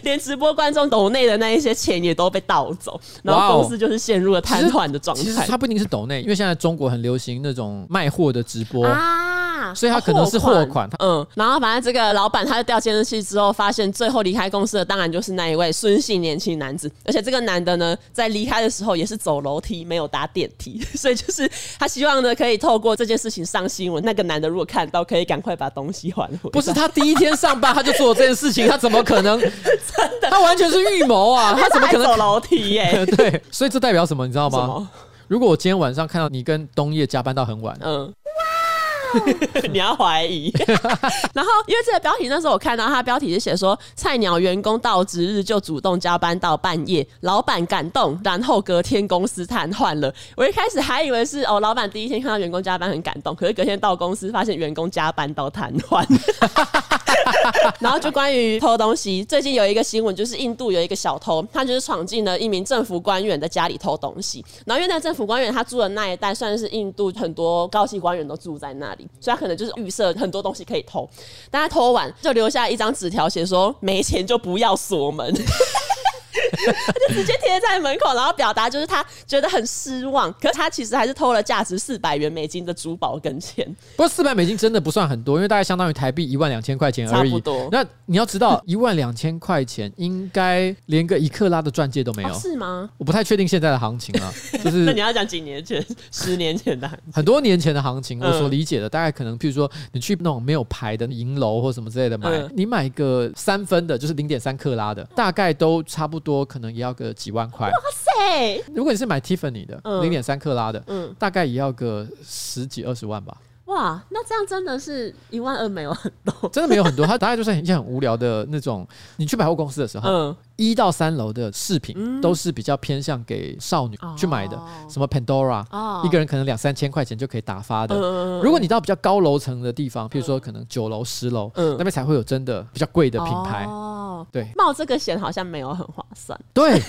Speaker 2: 连直播观众抖内的那一些钱也都被盗走，然
Speaker 1: 哇哦
Speaker 2: 后公司就是陷入了瘫痪的状
Speaker 1: 其实
Speaker 2: 态。
Speaker 1: 他不一定是抖内，因为现在中国很流行那种卖货的直播，
Speaker 2: 啊，
Speaker 1: 所以他可能是货款
Speaker 2: 嗯，然后反正这个老板他就调监视器之后，发现最后离开公司的当然就是那一位孙姓年轻男子，而且这个男的呢，在离开的时候也是走楼梯， 没有搭电梯，所以就是他希望呢，可以透过这件事情上新闻，那个男的如果看到，可以赶快把东西还回。
Speaker 1: 不是他第一天上班他就做这件事情，他怎么可 能？真的，他完全是预谋啊！他怎么可
Speaker 2: 他还走
Speaker 1: 能？
Speaker 2: 楼梯 耶、
Speaker 1: 对，所以这代表什么？你知道
Speaker 2: 什
Speaker 1: 吗？
Speaker 2: 么？
Speaker 1: 如果我今天晚上看到你跟冬叶加班到很晚，
Speaker 2: 嗯。 你要怀疑，然后因为这个标题那时候我看到它标题是写说菜鸟员工到值日就主动加班到半夜，老板感动，然后隔天公司瘫痪了。我一开始还以为是哦，老板第一天看到员工加班很感动，可是隔天到公司发现员工加班到瘫痪。然后就关于偷东西，最近有一个新闻，就是印度有一个小偷，他就是闯进了一名政府官员的家里偷东西。然后因为那个政府官员他住的那一带算是印度很多高级官员都住在那里，所以他可能就是预设很多东西可以偷。但他偷完就留下一张纸条，写说没钱就不要锁门。 直接贴在门口，然后表达就是他觉得很失望，可是他其实还是偷了价值四百元美金的珠宝跟钱。
Speaker 1: 不过四百美金真的不算很多，因为大概相当于台币一万两千块钱而已。
Speaker 2: 差不多
Speaker 1: 那你要知 道，一万两千块钱应该连个一克拉的钻戒都没有。
Speaker 2: 哦、是吗？
Speaker 1: 我不太确定现在的行情啊， 就
Speaker 2: 那你
Speaker 1: 是
Speaker 2: 要讲几年前、 十年前的？
Speaker 1: 很多年前的行情，
Speaker 2: 嗯
Speaker 1: 我所理解的大概可能，譬如说你去那种没有牌的银楼或什么之类的买，
Speaker 2: 嗯
Speaker 1: 你买个三分的，就是零点三克拉的，大概都差不多，可能也要个几万块。
Speaker 2: 对，
Speaker 1: 如果你是买 Tiffany 的
Speaker 2: 嗯
Speaker 1: 零点三克拉的，
Speaker 2: 嗯，
Speaker 1: 大概也要个十几二十万吧，
Speaker 2: 哇，那这样真的是一万二没有很多。
Speaker 1: 真的没有很多，它大概就是一件很无聊的那种。你去百货公司的时候，
Speaker 2: 嗯，
Speaker 1: 一到三楼的饰品都是比较偏向给少女去买的，
Speaker 2: 哦
Speaker 1: 什么 Pandora，、
Speaker 2: 哦
Speaker 1: 一个人可能两三千块钱就可以打发的。
Speaker 2: 嗯
Speaker 1: 如果你到比较高楼层的地方，譬如说可能九楼、十楼，
Speaker 2: 嗯
Speaker 1: 那边才会有真的比较贵的品牌。
Speaker 2: 哦，
Speaker 1: 对
Speaker 2: 冒这个险好像没有很划 算。
Speaker 1: 对，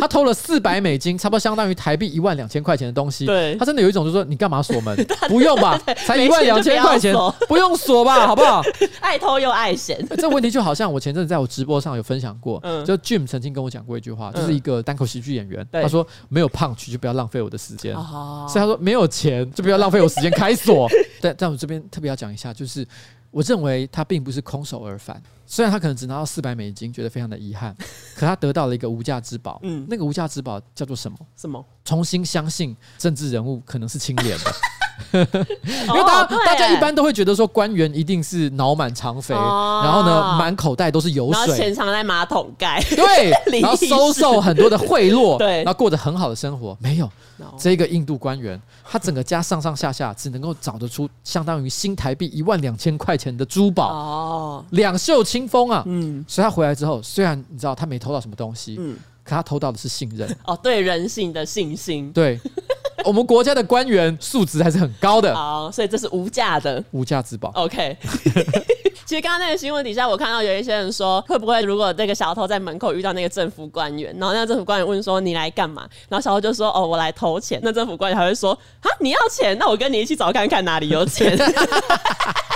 Speaker 1: 他偷了四百美金，差不多相当于台币一万两千块钱的东西。
Speaker 2: 对
Speaker 1: 他真的有一种就是说，你干嘛 锁门？不用吧，才
Speaker 2: 没
Speaker 1: 一万
Speaker 2: 钱就
Speaker 1: 两
Speaker 2: 不
Speaker 1: 千
Speaker 2: 要
Speaker 1: 块钱
Speaker 2: 锁，
Speaker 1: 不用锁吧，好不好？
Speaker 2: 爱偷又爱险，
Speaker 1: 这问题就好像我前阵子在我直播上有分享过，
Speaker 2: 嗯
Speaker 1: 就 Jim 曾经跟我讲过一句话，就是一个单口喜剧演员，
Speaker 2: 对
Speaker 1: 他说没有胖曲就不要浪费我的时间。
Speaker 2: 哦，
Speaker 1: 所以他说没有钱就不要浪费我时间开锁。 但但我这边特别要讲一下，就是我认为他并不是空手而返，虽然他可能只拿到四百美金，觉得非常的遗憾，可他得到了一个无价之宝。嗯
Speaker 2: 嗯，
Speaker 1: 那个无价之宝叫做什么？
Speaker 2: 什么？
Speaker 1: 重新相信政治人物可能是清廉的，
Speaker 2: 因
Speaker 1: 因为大家、
Speaker 2: 哦
Speaker 1: 大家一般都会觉得说官员一定是脑满肠肥，
Speaker 2: 哦
Speaker 1: 然后呢满口袋都是油
Speaker 2: 然后
Speaker 1: 水
Speaker 2: 钱，藏在马桶盖，
Speaker 1: 对，
Speaker 2: 礼
Speaker 1: 然后
Speaker 2: 仪
Speaker 1: 收
Speaker 2: 是
Speaker 1: 受很多的贿赂，
Speaker 2: 对
Speaker 1: 然后过着很好的生活。没有
Speaker 2: No
Speaker 1: 这个印度官员，他整个家上上下下只能够找得出相当于新台币一万两千块钱的珠宝，
Speaker 2: 哦，
Speaker 1: 两袖清风啊。
Speaker 2: 嗯
Speaker 1: 所以他回来之后，虽然你知道他没偷到什么东西，
Speaker 2: 嗯，
Speaker 1: 可他偷到的是信任。
Speaker 2: 哦，对人性的信心。
Speaker 1: 对， 我们国家的官员素质还是很高的，
Speaker 2: 好，所以这是无价的。
Speaker 1: 无价之宝。
Speaker 2: OK 。 其实刚刚那个新闻底下，我看到有一些人说，会不会如果那个小偷在门口遇到那个政府官员，然后那个政府官员问说你来干嘛？然后小偷就说哦我来投钱，那政府官员还会说啊你要钱，那我跟你一起找看看哪里有钱。 哎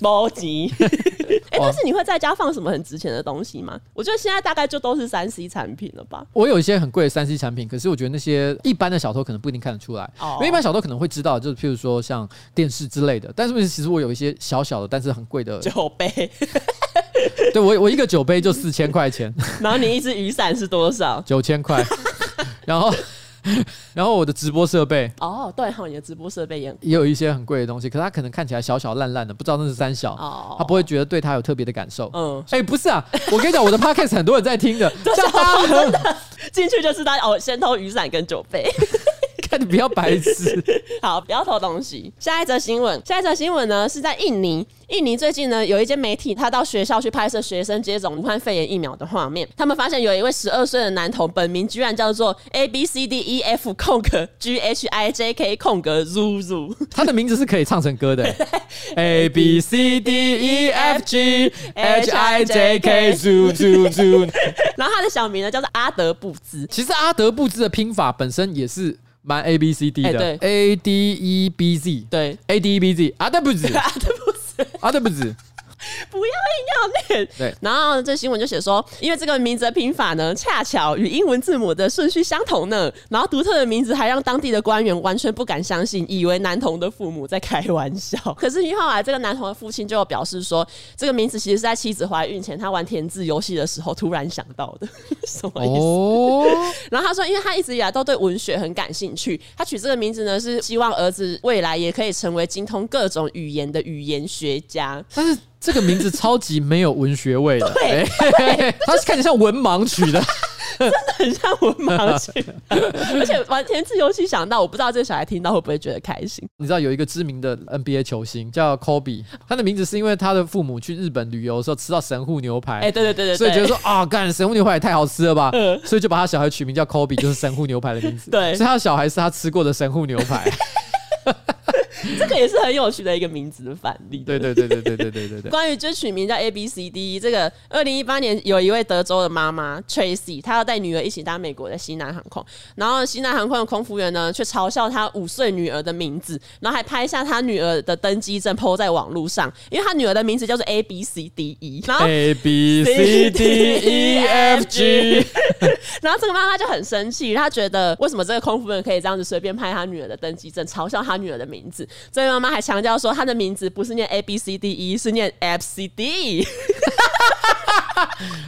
Speaker 2: 猫急，哎、但是你会在家放什么很值钱的东西吗？我觉得现在大概就都是三 C 产品了吧。
Speaker 1: 我有一些很贵的三 C 产品，可是我觉得那些一般的小偷可能不一定看得出来，
Speaker 2: 哦
Speaker 1: 因为一般小偷可能会知道，就是譬如说像电视之类的。但是问题是其实我有一些小小的，但是很贵的，
Speaker 2: 酒杯，
Speaker 1: 对我我一个酒 杯就四千块钱，
Speaker 2: 然后你一只雨伞是多少？
Speaker 1: 九千块，然后 然后我的直播设备
Speaker 2: 哦，对哈，你的直播设备也很
Speaker 1: 也有一些很贵的东西，可是他可能看起来小小烂烂的，不知道那是三小，
Speaker 2: 哦，
Speaker 1: 他不会觉得对他有特别的感受。
Speaker 2: 嗯，啊
Speaker 1: 哎、不是啊，我跟你讲，我的 podcast 很多人在听 的，叫大家
Speaker 2: 进去就知道哦，先偷雨伞跟酒杯。
Speaker 1: 看你不要白痴。
Speaker 2: 好，不要偷东西。下一则新闻，下一则新闻呢是在印尼。印尼最近呢有一间媒体，他到学校去拍摄学生接种武汉肺炎疫苗的画面。他们发现有一位十二岁的男童，本名居然叫做 A B C D E F 空格 G H I J K 空格 Z Z。
Speaker 1: 他的名字是可以唱成歌的、a B C D E F G H I J K Z Z Z。
Speaker 2: 然后他的小名呢叫做阿德布兹。
Speaker 1: 其实阿德布兹的拼法本身也是蛮 A B C D 的、
Speaker 2: 哎
Speaker 1: a D E B Z
Speaker 2: 对，
Speaker 1: A D E B Z 阿德布 兹
Speaker 2: 阿德布兹。
Speaker 1: 阿德布兹，
Speaker 2: 不要硬要念。
Speaker 1: 对
Speaker 2: 然后这新闻就写说，因为这个名字的拼法呢，恰巧与英文字母的顺序相同呢，然后独特的名字还让当地的官员完全不敢相信，以为男童的父母在开玩笑。 可是因为后来这个男童的父亲就有表示说，这个名字其实是在妻子怀孕前他玩填字游戏的时候突然想到的， 什么意思？
Speaker 1: 哦，
Speaker 2: 然后他说，因为他一直以来都对文学很感兴趣，他取这个名字呢是希望儿子未来也可以成为精通各种语言的语言学家。
Speaker 1: 但是这个名字超级没有文学味的，
Speaker 2: 对
Speaker 1: 哎 他是看起来像文盲取的，
Speaker 2: 很像文盲 群，而且玩填字游戏想到，我不知道这个小孩听到会不会觉得开心。
Speaker 1: 你知道有一个知名的 NBA 球星叫 Kobe，他的名字是因为他的父母去日本旅游的时候吃到神户牛排，
Speaker 2: 哎、对对对对对，
Speaker 1: 所以觉得说啊，干神户牛排也太好吃了吧，
Speaker 2: 嗯
Speaker 1: 所以就把他小孩取名叫 Kobe，就是神户牛排的名字。
Speaker 2: 对
Speaker 1: 所以他的小孩是他吃过的神户牛 排。
Speaker 2: 这个也是很有趣的一个名字的反例。
Speaker 1: 对对对对对对对对 对。
Speaker 2: 关于就取名叫 A B C D，这个二零一八年有一位德州的妈妈 Tracy，她要带女儿一起搭美国的西南航空，然后西南航空的空服员呢却嘲笑她五岁女儿的名字，然后还拍下她女儿的登机证 PO 在网络上，因为她女儿的名字叫做 A B C D E，然后
Speaker 1: A B C D E F G，
Speaker 2: 然后这个妈妈就很生气，她觉得为什么这个空服员可以这样子随便拍她女儿的登机证，嘲笑她女儿的名字。这位妈妈还强调说，她的名字不是念 A B C D E，是念 F C D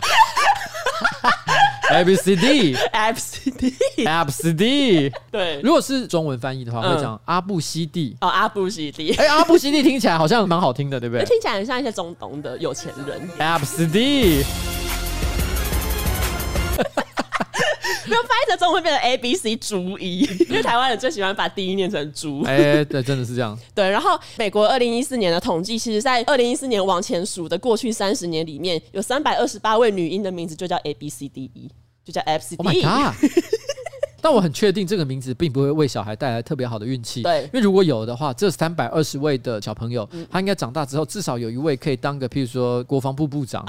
Speaker 1: a B C D
Speaker 2: F C D。
Speaker 1: a B C D。
Speaker 2: 对，
Speaker 1: 如果是中文翻译的话，
Speaker 2: 嗯
Speaker 1: 会讲阿布西蒂。
Speaker 2: 哦，阿布西迪，
Speaker 1: 哎，阿布西蒂听起来好像蛮好听的，对不 对
Speaker 2: 听起来很像一些中东的有钱人。
Speaker 1: a B C D。
Speaker 2: 没有翻译成中文变成 A B C 猪一，因为台湾人最喜欢把第一念成猪。
Speaker 1: 哎，对，真的是这样。
Speaker 2: 对，然后美国二零一四年的统计，其实在二零一四年往前数的过去三十年里面，有三百二十八位女婴的名字就叫 A B C D E，就叫 F C
Speaker 1: Oh my
Speaker 2: D E。
Speaker 1: god！但我很确定这个名字并不会为小孩带来特别好的运气，
Speaker 2: 对嗯
Speaker 1: 因为如果有的话，这三百二十位的小朋友，他应该长大之后至少有一位可以当个，譬如说国防部部长、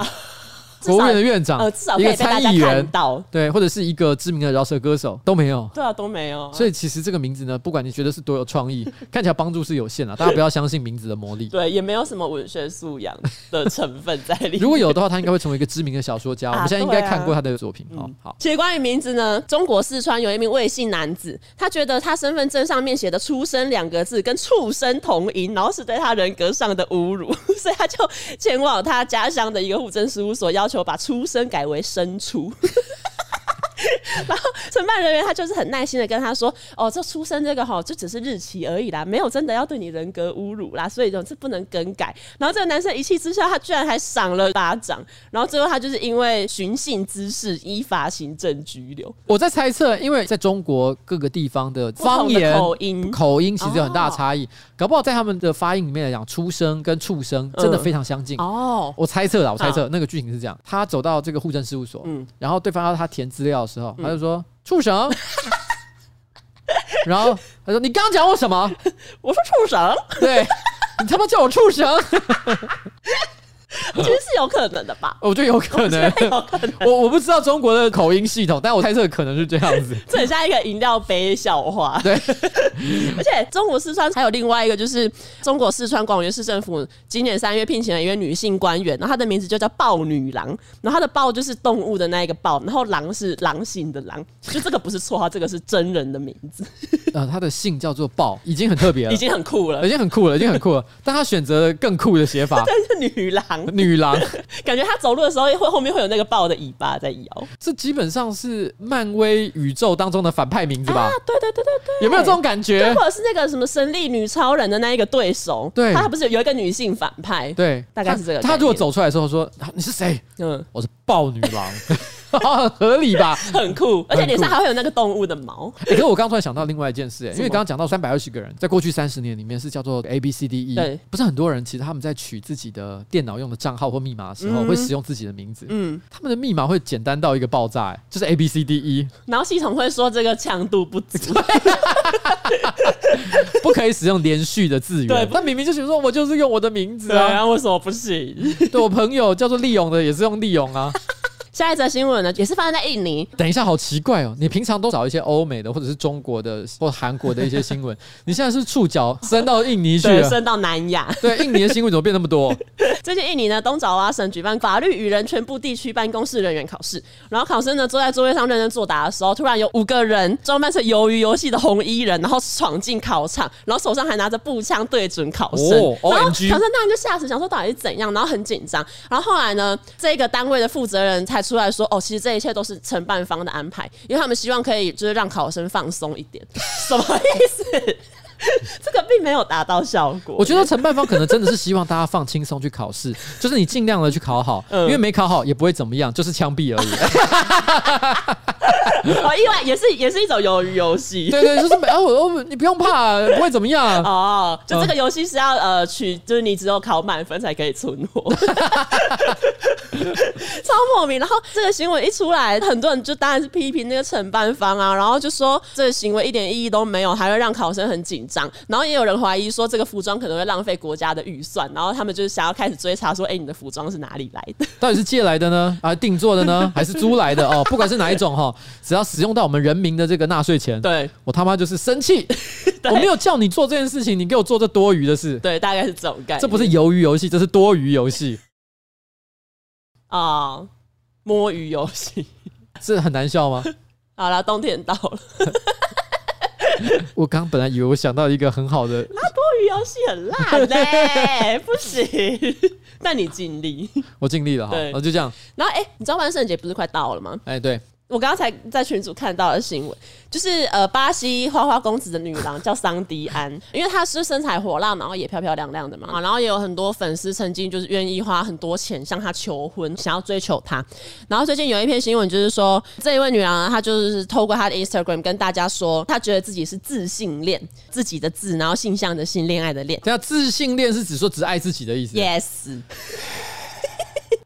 Speaker 2: 至
Speaker 1: 国
Speaker 2: 少
Speaker 1: 务院的院长
Speaker 2: 呃，啊至少，
Speaker 1: 一
Speaker 2: 可以
Speaker 1: 个
Speaker 2: 被
Speaker 1: 参
Speaker 2: 大
Speaker 1: 议
Speaker 2: 家看
Speaker 1: 员，
Speaker 2: 到。
Speaker 1: 对，或者是一个知名的饶舌歌手都没 有。
Speaker 2: 对啊，都没有。
Speaker 1: 所
Speaker 2: 以
Speaker 1: 以其实这个名字呢，不管你觉得是多有创意， 看起来帮助是有限的，大家不要相信名字的魔力。
Speaker 2: 对，也没有什么文学素养的成分在里面。
Speaker 1: 如果有的话，他应该会成为一个知名的小说家。我们现在应该
Speaker 2: 对啊
Speaker 1: 看过他的作品。好好，
Speaker 2: 其实关于名字呢，中国四川有一名魏姓男子，他觉得他身份证上面写的“出生”两个字跟“畜生”同音，然后是对他人格上的侮辱， 所以他就前往他家乡的一个户政事务所，要求把“出生”改为“生出”。 然后承办人员他就是很耐心的跟他说：“哦，这出生这个哈，就只是日期而已啦，没有真的要对你人格侮辱啦，所以总是不能更改。”然后这个男生一气之下，他居然还赏了巴掌，然后最后他就是因为寻衅滋事依法行政拘留，
Speaker 1: 我在猜测，因为在中国各个地方的
Speaker 2: 不同
Speaker 1: 方
Speaker 2: 的
Speaker 1: 言、
Speaker 2: 口音
Speaker 1: 口音其实有很大的差异，搞不好在他们的发音里面来讲，出生跟畜生真的非常相近。
Speaker 2: 哦，
Speaker 1: 我猜测啦，我猜测那个剧情是这样：他走到这个户政事务所，
Speaker 2: 嗯
Speaker 1: 然后对方要他填资料的时候，他就说“畜生”， 然后他说：“你刚讲我什么？
Speaker 2: 我说畜生，
Speaker 1: 对你他妈叫我畜生
Speaker 2: 其实是有可能的吧？”？
Speaker 1: 我觉得有可能，
Speaker 2: 有可能，
Speaker 1: 我我不知道中国的口音系统，但我猜测可能是这样 子。
Speaker 2: 这很像一个饮料杯笑话。
Speaker 1: 对，
Speaker 2: 而且中国四川还有另外一个，就是中国四川广元市政府今年三月聘请了一位女性官员，然后她的名字就叫豹女郎，然后她的豹就是动物的那一个豹，然后狼是狼性的狼，就这个不是绰号，这个是真人的名字，
Speaker 1: 呃，他的姓叫做豹，已经很特别了哎
Speaker 2: 已。经很酷了
Speaker 1: 已。经很酷了，已经很酷了。但他选择了更酷的写法，
Speaker 2: 女郎，
Speaker 1: 女郎，
Speaker 2: 感觉她走路的时候会后面会有那个豹的尾巴在摇。
Speaker 1: 这基本上是漫威宇宙当中的反派名字吧？
Speaker 2: 啊，对对对对对，
Speaker 1: 有没有这种感
Speaker 2: 对？
Speaker 1: 觉
Speaker 2: 或？者是那个什么神力女超人的那一个对手，
Speaker 1: 对
Speaker 2: 她不是有一个女性反派？，
Speaker 1: 对，
Speaker 2: 大概
Speaker 1: 他
Speaker 2: 是这个概念
Speaker 1: 他如果走出来的时候说：“啊你是谁？
Speaker 2: 嗯，
Speaker 1: 我是豹女 郎。”合理吧？
Speaker 2: 很酷，而且脸上
Speaker 1: 很酷
Speaker 2: 还会有那个动物的毛。
Speaker 1: 欸可是我刚突然想到另外一件事、欸，因
Speaker 2: 什
Speaker 1: 为
Speaker 2: 么
Speaker 1: 刚刚讲到三百二十个人，在过去三十年里面是叫做 A B C D E，
Speaker 2: 对，
Speaker 1: 不是很多人其实他们在取自己的电脑用的账号或密码的时候，
Speaker 2: 嗯
Speaker 1: 会使用自己的名字，
Speaker 2: 嗯，
Speaker 1: 他们的密码会简单到一个爆炸、欸，就是 A B C D E，
Speaker 2: 然后系统会说这个强度不足，
Speaker 1: 不可以使用连续的字
Speaker 2: 对
Speaker 1: 元。
Speaker 2: 不
Speaker 1: 那明明就是说我就是用我的名字
Speaker 2: 对
Speaker 1: 啊，
Speaker 2: 啊，为什么不行？
Speaker 1: 对我朋友叫做利勇的也是用利勇 啊。
Speaker 2: 下一则新闻呢，也是发生在印尼，
Speaker 1: 等一下，好奇怪哦！你平常都找一些欧美的或者是中国的 或韩国的一些新 闻，你现在是触角伸到印尼去
Speaker 2: 对，
Speaker 1: 了。
Speaker 2: 升到南亚。
Speaker 1: 对，印尼的新闻怎么变那么 多？
Speaker 2: 最近印尼呢，东爪哇省举办法律与人权部地区办公室人员考试，然后考生呢坐在座位上认真作答的时候，突然有五个人装扮成鱿鱼游戏的红衣人，然后闯进考场，然后手上还拿着步枪对准考生，
Speaker 1: 哦
Speaker 2: 然后考
Speaker 1: OMG
Speaker 2: 生当然就吓死，想说到底是怎样，然后很紧张，然后后来呢，这个单位的负责人才出来说，哦，其实这一切都是承办方的安排，因为他们希望可以就是让考生放松一点，什么意思？ 这个并没有达到效果，
Speaker 1: 我觉得承办方可能真的是希望大家放轻松去考试， 就是你尽量的去考好，
Speaker 2: 嗯
Speaker 1: 因为没考好也不会怎么样，就是枪毙而已。
Speaker 2: 哦，意外也是也是一种鱿鱼游戏。
Speaker 1: 对对，就是没啊，我我你不用怕，不会怎么样。
Speaker 2: 哦，就这个游戏是要
Speaker 1: 哦
Speaker 2: 呃取，就是你只有考满分才可以存活， 超莫名。然后这个新闻一出来，很多人就当然是批评那个承办方啊，然后就说这个行为一点意义都没有，还会让考生很紧张。然后也有人怀疑说这个服装可能会浪费国家的预算，然后他们就是想要开始追查说，哎、你的服装是哪里来的？
Speaker 1: 到底是借来的呢，啊，定做的 呢，还是租来的哦？不管是哪一种哈，只要使用到我们人民的这个纳税钱，
Speaker 2: 对
Speaker 1: 我他妈就是生气。我没有叫你做这件事情，你给我做这多余的事。
Speaker 2: 对，大概是这种概念。
Speaker 1: 这不是鱿鱼游戏，这是多余游戏，
Speaker 2: 啊、摸鱼游戏。
Speaker 1: 这很难 笑吗？
Speaker 2: 好了，冬天到了，
Speaker 1: 我刚本来以为我想到一个很好的，
Speaker 2: 摸鱼游戏很烂 嘞、不行，但你尽力。
Speaker 1: 我尽力了哈，
Speaker 2: 对
Speaker 1: 然后就这样，
Speaker 2: 然后，哎、你知道万圣节不是快到了吗？
Speaker 1: 哎，对，
Speaker 2: 我刚刚才在群组看到的新闻，就是呃，巴西花花公子的女郎叫桑迪安，因为她是身材火辣嘛，然后也漂漂亮亮的嘛，啊然后也有很多粉丝曾经就是愿意花很多钱向她求婚，想要追求她。然后最近有一篇新闻，就是说这一位女郎啊她就是透过她的 Instagram 跟大家说，她觉得自己是自性恋，自己的自，然后性向的性，恋爱的恋
Speaker 1: 等下自信恋是指说只爱自己的意思，
Speaker 2: ，yes。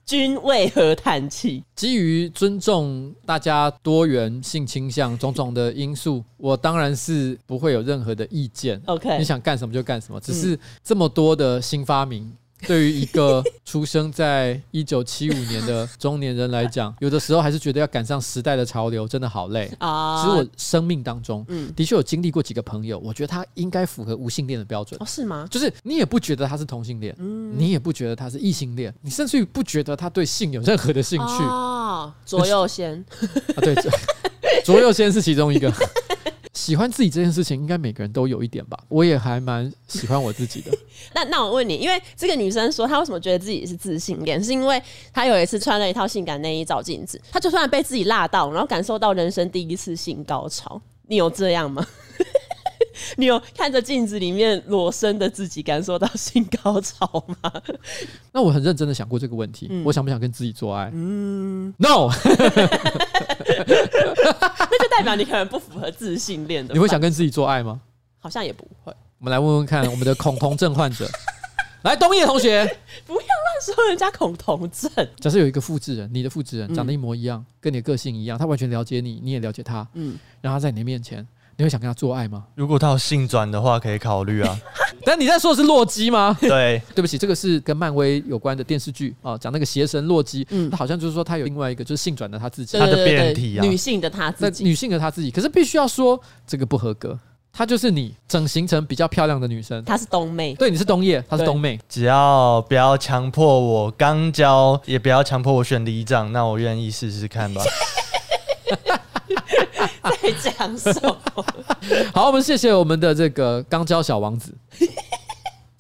Speaker 2: 君为何叹气？
Speaker 1: 基于尊重大家多元性倾向种种的因素，我当然是不会有任何的意见。
Speaker 2: OK
Speaker 1: 你想干什么就干什么，只是这么多的新发 明。对于一个出生在一九七五年的中年人来讲，有的时候还是觉得要赶上时代的潮流，真的好累。
Speaker 2: 啊嗯
Speaker 1: 其实我生命当中，的确有经历过几个朋友，我觉得他应该符合无性恋的标准
Speaker 2: 哦，。嗯是吗？
Speaker 1: 就是你也不觉得他是同性恋，你也不觉得他是异性恋，你甚至于不觉得他对性有任何的兴趣啊！
Speaker 2: 哦，左 右先，
Speaker 1: 对， 左左右先是其中一个。喜欢自己这件事情，应该每个人都有一点吧。我也还蛮喜欢我自己的。
Speaker 2: 那那我问你，因为这个女生说她为什么觉得自己是自信恋，是因为她有一次穿了一套性感内衣照镜子，她就突然被自己辣到，然后感受到人生第一次性高潮。你有这样吗？ 你有看着镜子里面裸身的自己感受到性高潮吗？
Speaker 1: 那我很认真的想过这个问题，
Speaker 2: 嗯
Speaker 1: 我想不想跟自己做爱？no，
Speaker 2: 那就代表你可能不符合自信恋的。
Speaker 1: 你会想，跟自己做爱吗？
Speaker 2: 好像也不会。
Speaker 1: 我们来问问看我们的恐同症患 者，来东野同学，
Speaker 2: 不要乱说人家恐同症，
Speaker 1: 假设有一个复制人，你的复
Speaker 2: 嗯
Speaker 1: 制人长得一模一样，跟你的个性一样，他完全了解你，你也了解他，
Speaker 2: 嗯
Speaker 1: 然后他在你的面前，你会想跟他做爱吗？
Speaker 3: 如果他有性转的话，可以考虑啊。？
Speaker 1: 但你在说的是洛基吗
Speaker 3: 对，
Speaker 1: 对不起，这个是跟漫威有关的电视剧啊，讲那个邪神洛基，嗯，好像就是说他有另外一个就是性转的他自己
Speaker 2: 对，
Speaker 3: 她的
Speaker 2: 对对对
Speaker 3: 变体啊
Speaker 2: 女性的她
Speaker 1: 那
Speaker 2: 自己
Speaker 1: 女性的他自己，可是必须要说这个不合格，她就是你整形成比较漂亮的女生，
Speaker 2: 她是冬 妹，
Speaker 1: 对，你是冬叶，她是
Speaker 2: 对
Speaker 1: 冬妹，
Speaker 3: 只要不要强迫我肛交，也不要强迫我选里长，那我愿意试试看吧。
Speaker 2: 在讲什么？
Speaker 1: 好，我们谢谢我们的这个钢交小王子。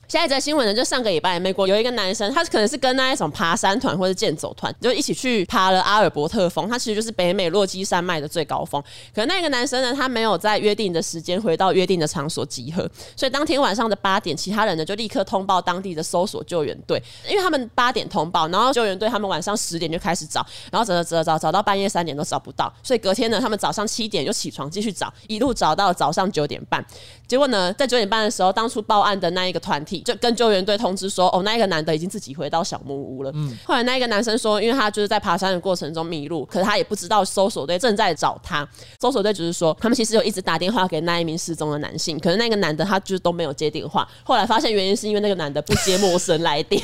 Speaker 2: 下一则新闻呢，就上个礼拜，美国有一个男生，他可能是跟那一种爬山团或者健走团，就一起去爬了阿尔伯特峰，它其实就是北美落基山脉的最高峰。可那个男生呢，他没有在约定的时间回到约定的场所集合，所以当天晚上的八点，其他人呢就立刻通报当地的搜索救援队，因为他们八点通报，然后救援队他们晚上十点就开始找，然后找找找找找到半夜三点都找不到，所以隔天呢，他们早上七点又起床继续找，一路找到早上九点半。结果呢，在九点半的时候，当初报案的那一个团体就跟救援队通知说，哦，那一个男的已经自己回到小木屋了。后来那一个男生说，因为他就是在爬山的过程中迷路，可是他也不知道搜索队正在找他。搜索队只是说，他们其实有一直打电话给那一名失踪的男性，可是那个男的他就是都没有接电话。后来发现原因是因为那个男的不接陌生来电。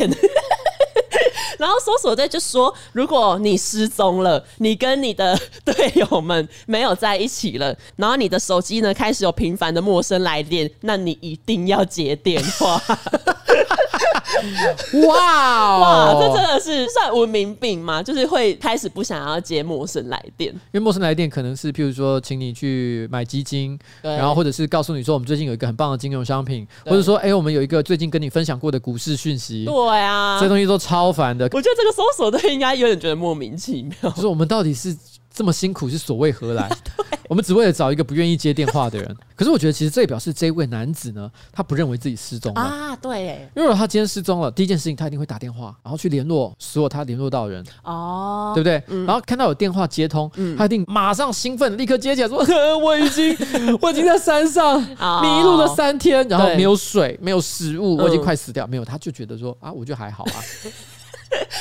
Speaker 2: 然后搜索队就说，如果你失踪了，你跟你的 队友们没有在一起了，然后你的手机呢开始有频繁的陌生来电，那你一定要接电 话。
Speaker 1: 哇
Speaker 2: 哇，
Speaker 1: 哦
Speaker 2: 这真的是算文明病吗？就是会开始不想要接陌生来电。
Speaker 1: 因为陌生来电可能是，譬如说，请你去买基金，
Speaker 2: 对
Speaker 1: 然后或者是告诉你说，我们最近有一个很棒的金融商品，
Speaker 2: 对
Speaker 1: 或者说，哎、我们有一个最近跟你分享过的股市讯息，
Speaker 2: 对啊
Speaker 1: 这，东西都超烦的。
Speaker 2: 我觉得这个搜索队应该有点觉得莫名其妙。
Speaker 1: 就是我们到底是这么辛苦是所谓何 来？我们只为了找一个不愿意接电话的人。可是我觉得，其实这也表示这位男子呢，他不认为自己失踪了。
Speaker 2: 啊，对耶，
Speaker 1: 因为如果他今天失踪了，第一件事情他一定会打电话，然后去联络所有他联络到的人，
Speaker 2: 哦，嗯
Speaker 1: 对不对？然后看到有电话接通，他一定马上兴奋，立刻接起来说：“ 呵我已经，我已经在山上
Speaker 2: 哦
Speaker 1: 迷路了三天，然后
Speaker 2: 对
Speaker 1: 没有水，没有食物，我已经
Speaker 2: 嗯
Speaker 1: 快死掉。没有，他就觉得说：“啊，我就还 好啊。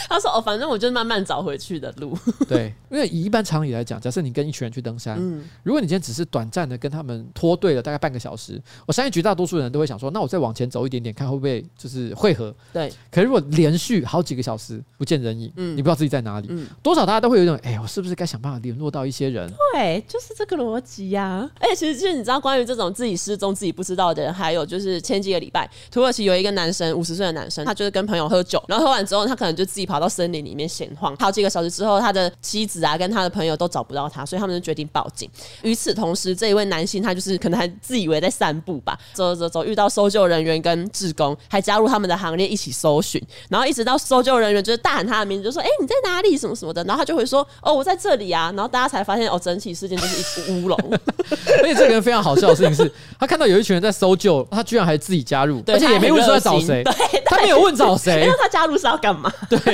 Speaker 2: 他说哦，反正我就慢慢找回去的路。”
Speaker 1: 对，因为以一般常理来讲，假设你跟一群人去登山，
Speaker 2: 嗯，
Speaker 1: 如果你今天只是短暂的跟他们脱队了大概半个小时，我相信绝大多数人都会想说：“那我再往前走一点点，看会不会就是汇合。”
Speaker 2: 对，
Speaker 1: 可是如果连续好几个小时不见人影，
Speaker 2: 嗯
Speaker 1: 你不知道自己在哪里，
Speaker 2: 嗯
Speaker 1: 多少大家都会有一种，哎、我是不是该想办法联络到一些人？
Speaker 2: 对，就是这个逻辑呀。而且其实就是你知道，关于这种自己失踪自己不知道的人，还有就是前几个礼拜，土耳其有一个男生，五十岁的男生，他就是跟朋友喝酒，然后喝完之后，他可能就自己跑到森林里面闲晃，好几个小时之后，他的妻子啊跟他的朋友都找不到他，所以他们就决定报警。与此同时，这一位男性他就是可能还自以为在散步吧，走走走，遇到搜救人员跟志工，还加入他们的行列一起搜寻，然后一直到搜救人员就是大喊他的名字，就说：“哎、你在哪里？什么什么的。”然后他就会说：“哦，我在这里啊。”然后大家才发现，哦，整起事件就是一股乌龙。
Speaker 1: 而且这个人非常好笑的事情是，他看到有一群人在搜救，他居然还自己加入，
Speaker 2: 对
Speaker 1: 而且也没问说要找谁
Speaker 2: 他，很热心对，
Speaker 1: 他没有问找
Speaker 2: 因
Speaker 1: 谁
Speaker 2: 为，他加入是要干嘛？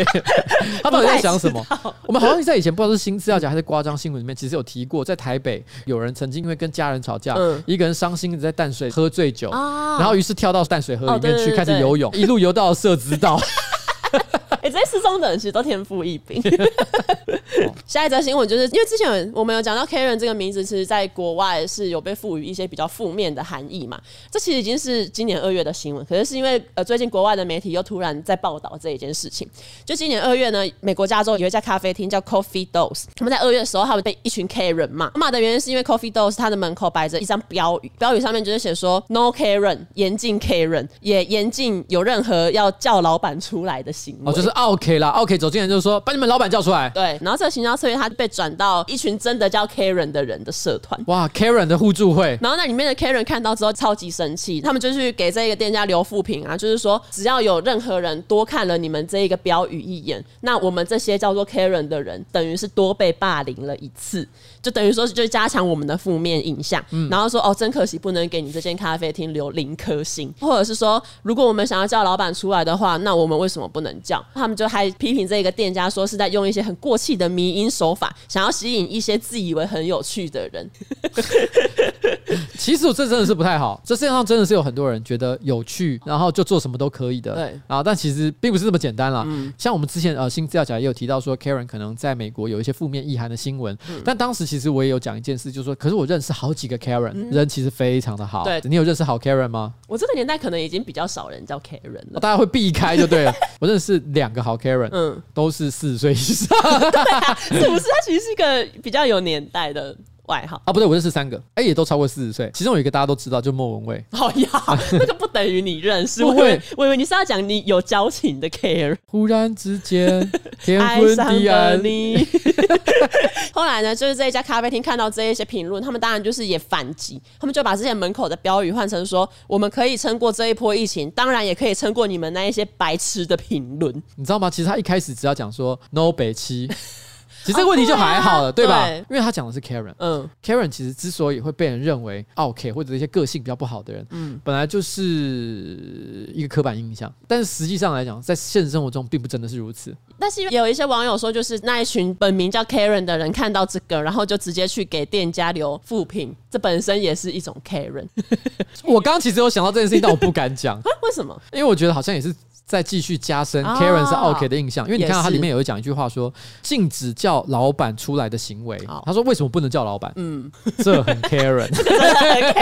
Speaker 1: 他到底在想什么？我们好像在以前不知道是新资料夹还是夸张新闻里面，其实有提过，在台北有人曾经因为跟家人吵架，
Speaker 2: 嗯
Speaker 1: 一个人伤心的在淡水喝醉酒，
Speaker 2: 啊
Speaker 1: 然后于是跳到淡水河
Speaker 2: 哦
Speaker 1: 里面
Speaker 2: 对
Speaker 1: 去
Speaker 2: 对
Speaker 1: 开始
Speaker 2: 对
Speaker 1: 游泳，一路游到社子岛。
Speaker 2: 哎、这些失踪的人其实都天赋异禀。 下一则新闻就是因为之前有人我们有讲到 Karen 这个名字，其实在国外是有被赋予一些比较负面的含义嘛。这其实已经是今年二月的新闻，可是是因为呃最近国外的媒体又突然在报道这一件事情。就今年二月呢，美国加州有一家咖啡厅叫 Coffee Dose，他们在二月的时候，他们被一群 Karen 骂，骂的原因是因为 Coffee Dose 它的门口摆着一张标语，标语上面就是写说 No Karen，严禁 Karen，也严禁有任何要叫老板出来的行为。
Speaker 1: 哦，就是 OK 啦，OK 走进来就说把你们老板叫出来。
Speaker 2: 对，然后这个行销策略它被转到一群真的叫 Karen 的人的社团。
Speaker 1: 哇，Karen 的互助会，
Speaker 2: 然后那里面的 Karen 看到之后超级生气，他们就去给这个店家留负评啊，就是说只要有任何人多看了你们这一个标语一眼，那我们这些叫做 Karen 的人，等于是多被霸凌了一次，就等于说就加强我们的负面印象。然后说哦，真可惜不能给你这间咖啡厅留零颗星，或者是说如果我们想要叫老板出来的话，那我们为什么不能叫？他们就还批评这个店家说是在用一些很过气的迷因手法，想要吸引一些自以为很有趣的人。
Speaker 1: 其实我这真的是不太好。这世界上真的是有很多人觉得有趣，然后就做什么都可以的。
Speaker 2: 哦对嗯
Speaker 1: 啊，但其实并不是这么简单啦。像我们之前呃新资料夹也有提到说，Karen 可能在美国有一些负面意涵的新闻，
Speaker 2: 嗯
Speaker 1: 但当时其实我也有讲一件事，就是说，可是我认识好几个 Karen，、人其实非常的好。
Speaker 2: 嗯对
Speaker 1: 你有认识好 Karen 吗？哦
Speaker 2: 我这个年代可能已经比较少人叫 Karen 了。
Speaker 1: 大家会避开就 对了。我认识两个好 Karen，、
Speaker 2: 嗯，啊
Speaker 1: 都是四十岁以上。
Speaker 2: 是不是？他其实是一个比较有年代的。外号。
Speaker 1: 啊，不对，我认识三个，哎、也都超过四十岁，其中有一个大家都知道，就莫文蔚。
Speaker 2: 好哦呀，这个不等于你认 识。
Speaker 1: 不
Speaker 2: 我
Speaker 1: 会
Speaker 2: 以为我以为你是要讲你有交情的 care，
Speaker 1: 忽然之 间，天
Speaker 2: 爱
Speaker 1: 昏
Speaker 2: 上
Speaker 1: 地
Speaker 2: 了
Speaker 1: 暗，
Speaker 2: 你。 后来呢，就是这一家咖啡厅看到这一些评论，他们当然就是也反击，他们就把之前门口的标语换成说：“我们可以撑过这一波疫情，当然也可以撑过你们那一些白痴的评论。
Speaker 1: 你知道吗？其实他一开始只要讲说 “no 北七”， 其实这个问题就还好啊了，对吧？
Speaker 2: 对
Speaker 1: 因为他讲的是 Karen。”
Speaker 2: 嗯，
Speaker 1: Karen 其实之所以会被人认为啊 OK 或者一些个性比较不好的人，嗯，本来就是一个刻板印象，但是实际上来讲，在现实生活中并不真的是如此。
Speaker 2: 但是有一些网友说，就是那一群本名叫 Karen 的人看到这个，然后就直接去给店家留负评，这本身也是一种 Karen。
Speaker 1: 我刚刚其实有想到这件事情，但我不敢讲，
Speaker 2: 为什么？
Speaker 1: 因为我觉得好像也是在继续加深
Speaker 2: 哦
Speaker 1: Karen 是 OK 的印象，因为你看到它
Speaker 2: 也是
Speaker 1: 里面有讲一句话说，禁止叫老板出来的行为
Speaker 2: 好。
Speaker 1: 他说为什么不能叫老板？嗯， 这很 Karen。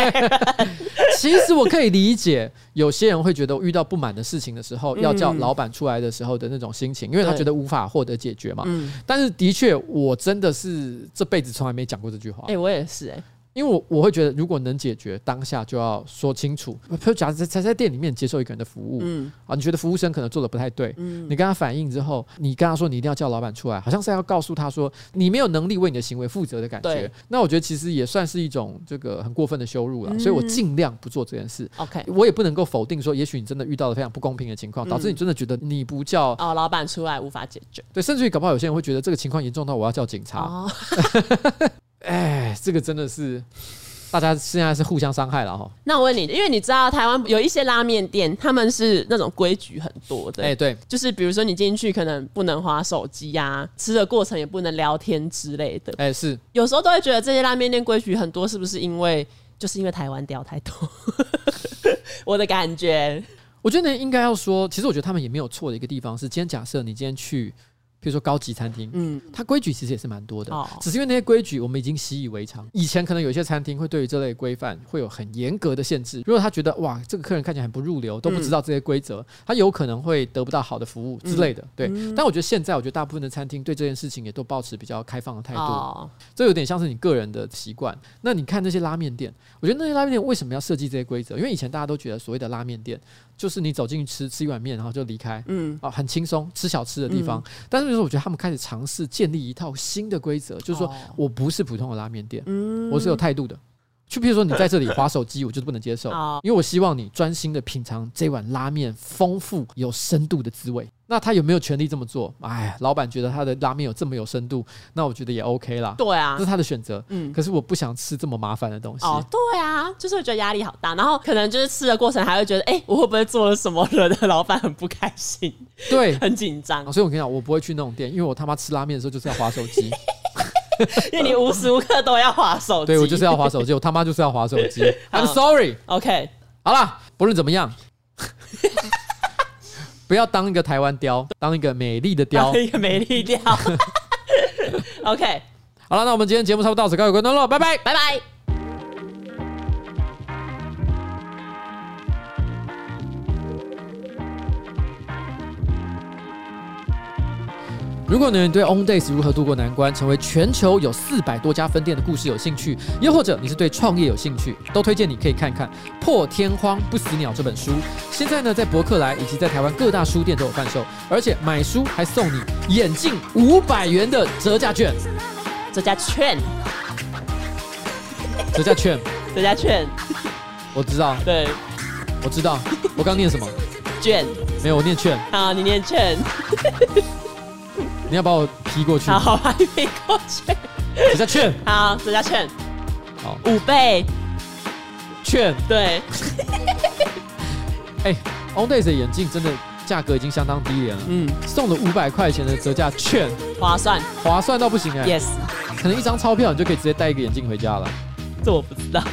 Speaker 1: 其 实我可以理解，有些人会觉得遇到不满的事情的时候，要叫老板出来的时候的那种心情，因为他
Speaker 2: 对
Speaker 1: 觉得无法获得解决嘛。
Speaker 2: 嗯
Speaker 1: 但是的确，我真的是这辈子从来没讲过这句话
Speaker 2: 哎、。我也是哎、
Speaker 1: 因为我我会觉得，如果能解决，当下就要说清楚。譬如假设在在店里面接受一个人的服务，
Speaker 2: 嗯
Speaker 1: 啊，你觉得服务生可能做的不太对，你跟他反映之后，你跟他说你一定要叫老板出来，好像是要告诉他说你没有能力为你的行为负责的感觉
Speaker 2: 对。
Speaker 1: 那我觉得其实也算是一种这个很过分的羞辱了，所以
Speaker 2: 嗯
Speaker 1: 我尽量不做这件事。
Speaker 2: ，OK。
Speaker 1: 我也不能够否定说，也许你真的遇到了非常不公平的情况，导
Speaker 2: 嗯
Speaker 1: 致你真的觉得你不叫，
Speaker 2: 哦，老板出来无法解决。
Speaker 1: 对，甚至于搞不好有些人会觉得这个情况严重到我要叫警察。
Speaker 2: 哦，
Speaker 1: 哎，这个真的是大家现在是互相伤害了哈。
Speaker 2: 那我问你，因为你知道台湾有一些拉面店，他们是那种规矩很多的，
Speaker 1: 哎，对，
Speaker 2: 就是比如说你进去可能不能划手机呀、吃的过程也不能聊天之类的。
Speaker 1: 哎是，
Speaker 2: 有时候都会觉得这些拉面店规矩很多，是不是因为就是因为台湾屌太多？ 我的感觉，
Speaker 1: 我觉得应该要说，其实我觉得他们也没有错的一个地方是，今天假设你今天去，比如说高级餐厅，
Speaker 2: 嗯，
Speaker 1: 它规矩其实也是蛮多的，
Speaker 2: 哦
Speaker 1: 只是因为那些规矩我们已经习以为常。以前可能有一些餐厅会对于这类规范会有很严格的限制，如果他觉得哇，这个客人看起来很不入流，都不知道这些规则，他有可能会得不到好的服务之类
Speaker 2: 嗯
Speaker 1: 的。对，但我觉得现在我觉得大部分的餐厅对这件事情也都保持比较开放的态度，
Speaker 2: 哦，
Speaker 1: 这有点像是你个人的习惯。那你看那些拉面店，我觉得那些拉面店为什么要设计这些规则？因为以前大家都觉得所谓的拉面店就是你走进去吃吃一碗面，然后就离开，
Speaker 2: 嗯，
Speaker 1: 啊，很轻松吃小吃的地方。但是就是我觉得他们开始尝试建立一套新的规则，就是说
Speaker 2: 哦嗯
Speaker 1: 我不是普通的拉面店，我是有态度的。就比如说你在这里划手机，我就是不能接受
Speaker 2: 哦，
Speaker 1: 因为我希望你专心的品尝这碗拉面丰富有深度的滋味。那他有没有权利这么做？哎，老板觉得他的拉面有这么有深度，那我觉得也 OK 啦。
Speaker 2: 对啊
Speaker 1: 这是，他的选择。
Speaker 2: 嗯。
Speaker 1: 可是我不想吃这么麻烦的东西。
Speaker 2: 哦，对啊，就是会觉得压力好大，然后可能就是吃的过程还会觉得，哎、我会不会做了什么惹得老板很不开心，
Speaker 1: 对，
Speaker 2: 很紧张
Speaker 1: 哦，所以我跟你讲，我不会去那种店，因为我他妈吃拉面的时候就是要划手 机，
Speaker 2: 因为你无时无刻都要划手机。
Speaker 1: 对我 就是要划手机，我他妈就是要划手机。I'm
Speaker 2: 好
Speaker 1: sorry。
Speaker 2: OK，
Speaker 1: 好啦，不论怎么 样，不要当一个台湾雕，当一个美丽的雕
Speaker 2: 当。一个美丽雕。OK，
Speaker 1: 好了，那我们今天节目差不多到此告一个段落，拜拜。
Speaker 2: 拜拜。
Speaker 1: 如果呢你对 On Days 如何度过难关，成为全球有四百多家分店的故事有兴趣，又或者你是对创业有兴趣，都推荐你可以看看《破天荒不死鸟》这本书。现在呢，在博客来以及在台湾各大书店都有贩售，而且买书还送你眼镜五百元的折价券，
Speaker 2: 折价券，
Speaker 1: 折价券。
Speaker 2: 折价券，
Speaker 1: 我知道，
Speaker 2: 对，
Speaker 1: 我知道，我刚念什么？
Speaker 2: 券
Speaker 1: 没有，我念券。
Speaker 2: 好，你念券，
Speaker 1: 你要把我劈过去，
Speaker 2: 好，还没过去，
Speaker 1: 折价券。
Speaker 2: 好，折价券，
Speaker 1: 好，
Speaker 2: 五倍，
Speaker 1: 券。
Speaker 2: 对，
Speaker 1: 哎、o n Days 的眼镜真的价格已经相当低廉了，
Speaker 2: 嗯，
Speaker 1: 送了五百块钱的折价券。
Speaker 2: 划算
Speaker 1: 划算到不行哎、
Speaker 2: ，yes，
Speaker 1: 可能一张钞票你就可以直接带一个眼镜回家了。
Speaker 2: 这我不知道，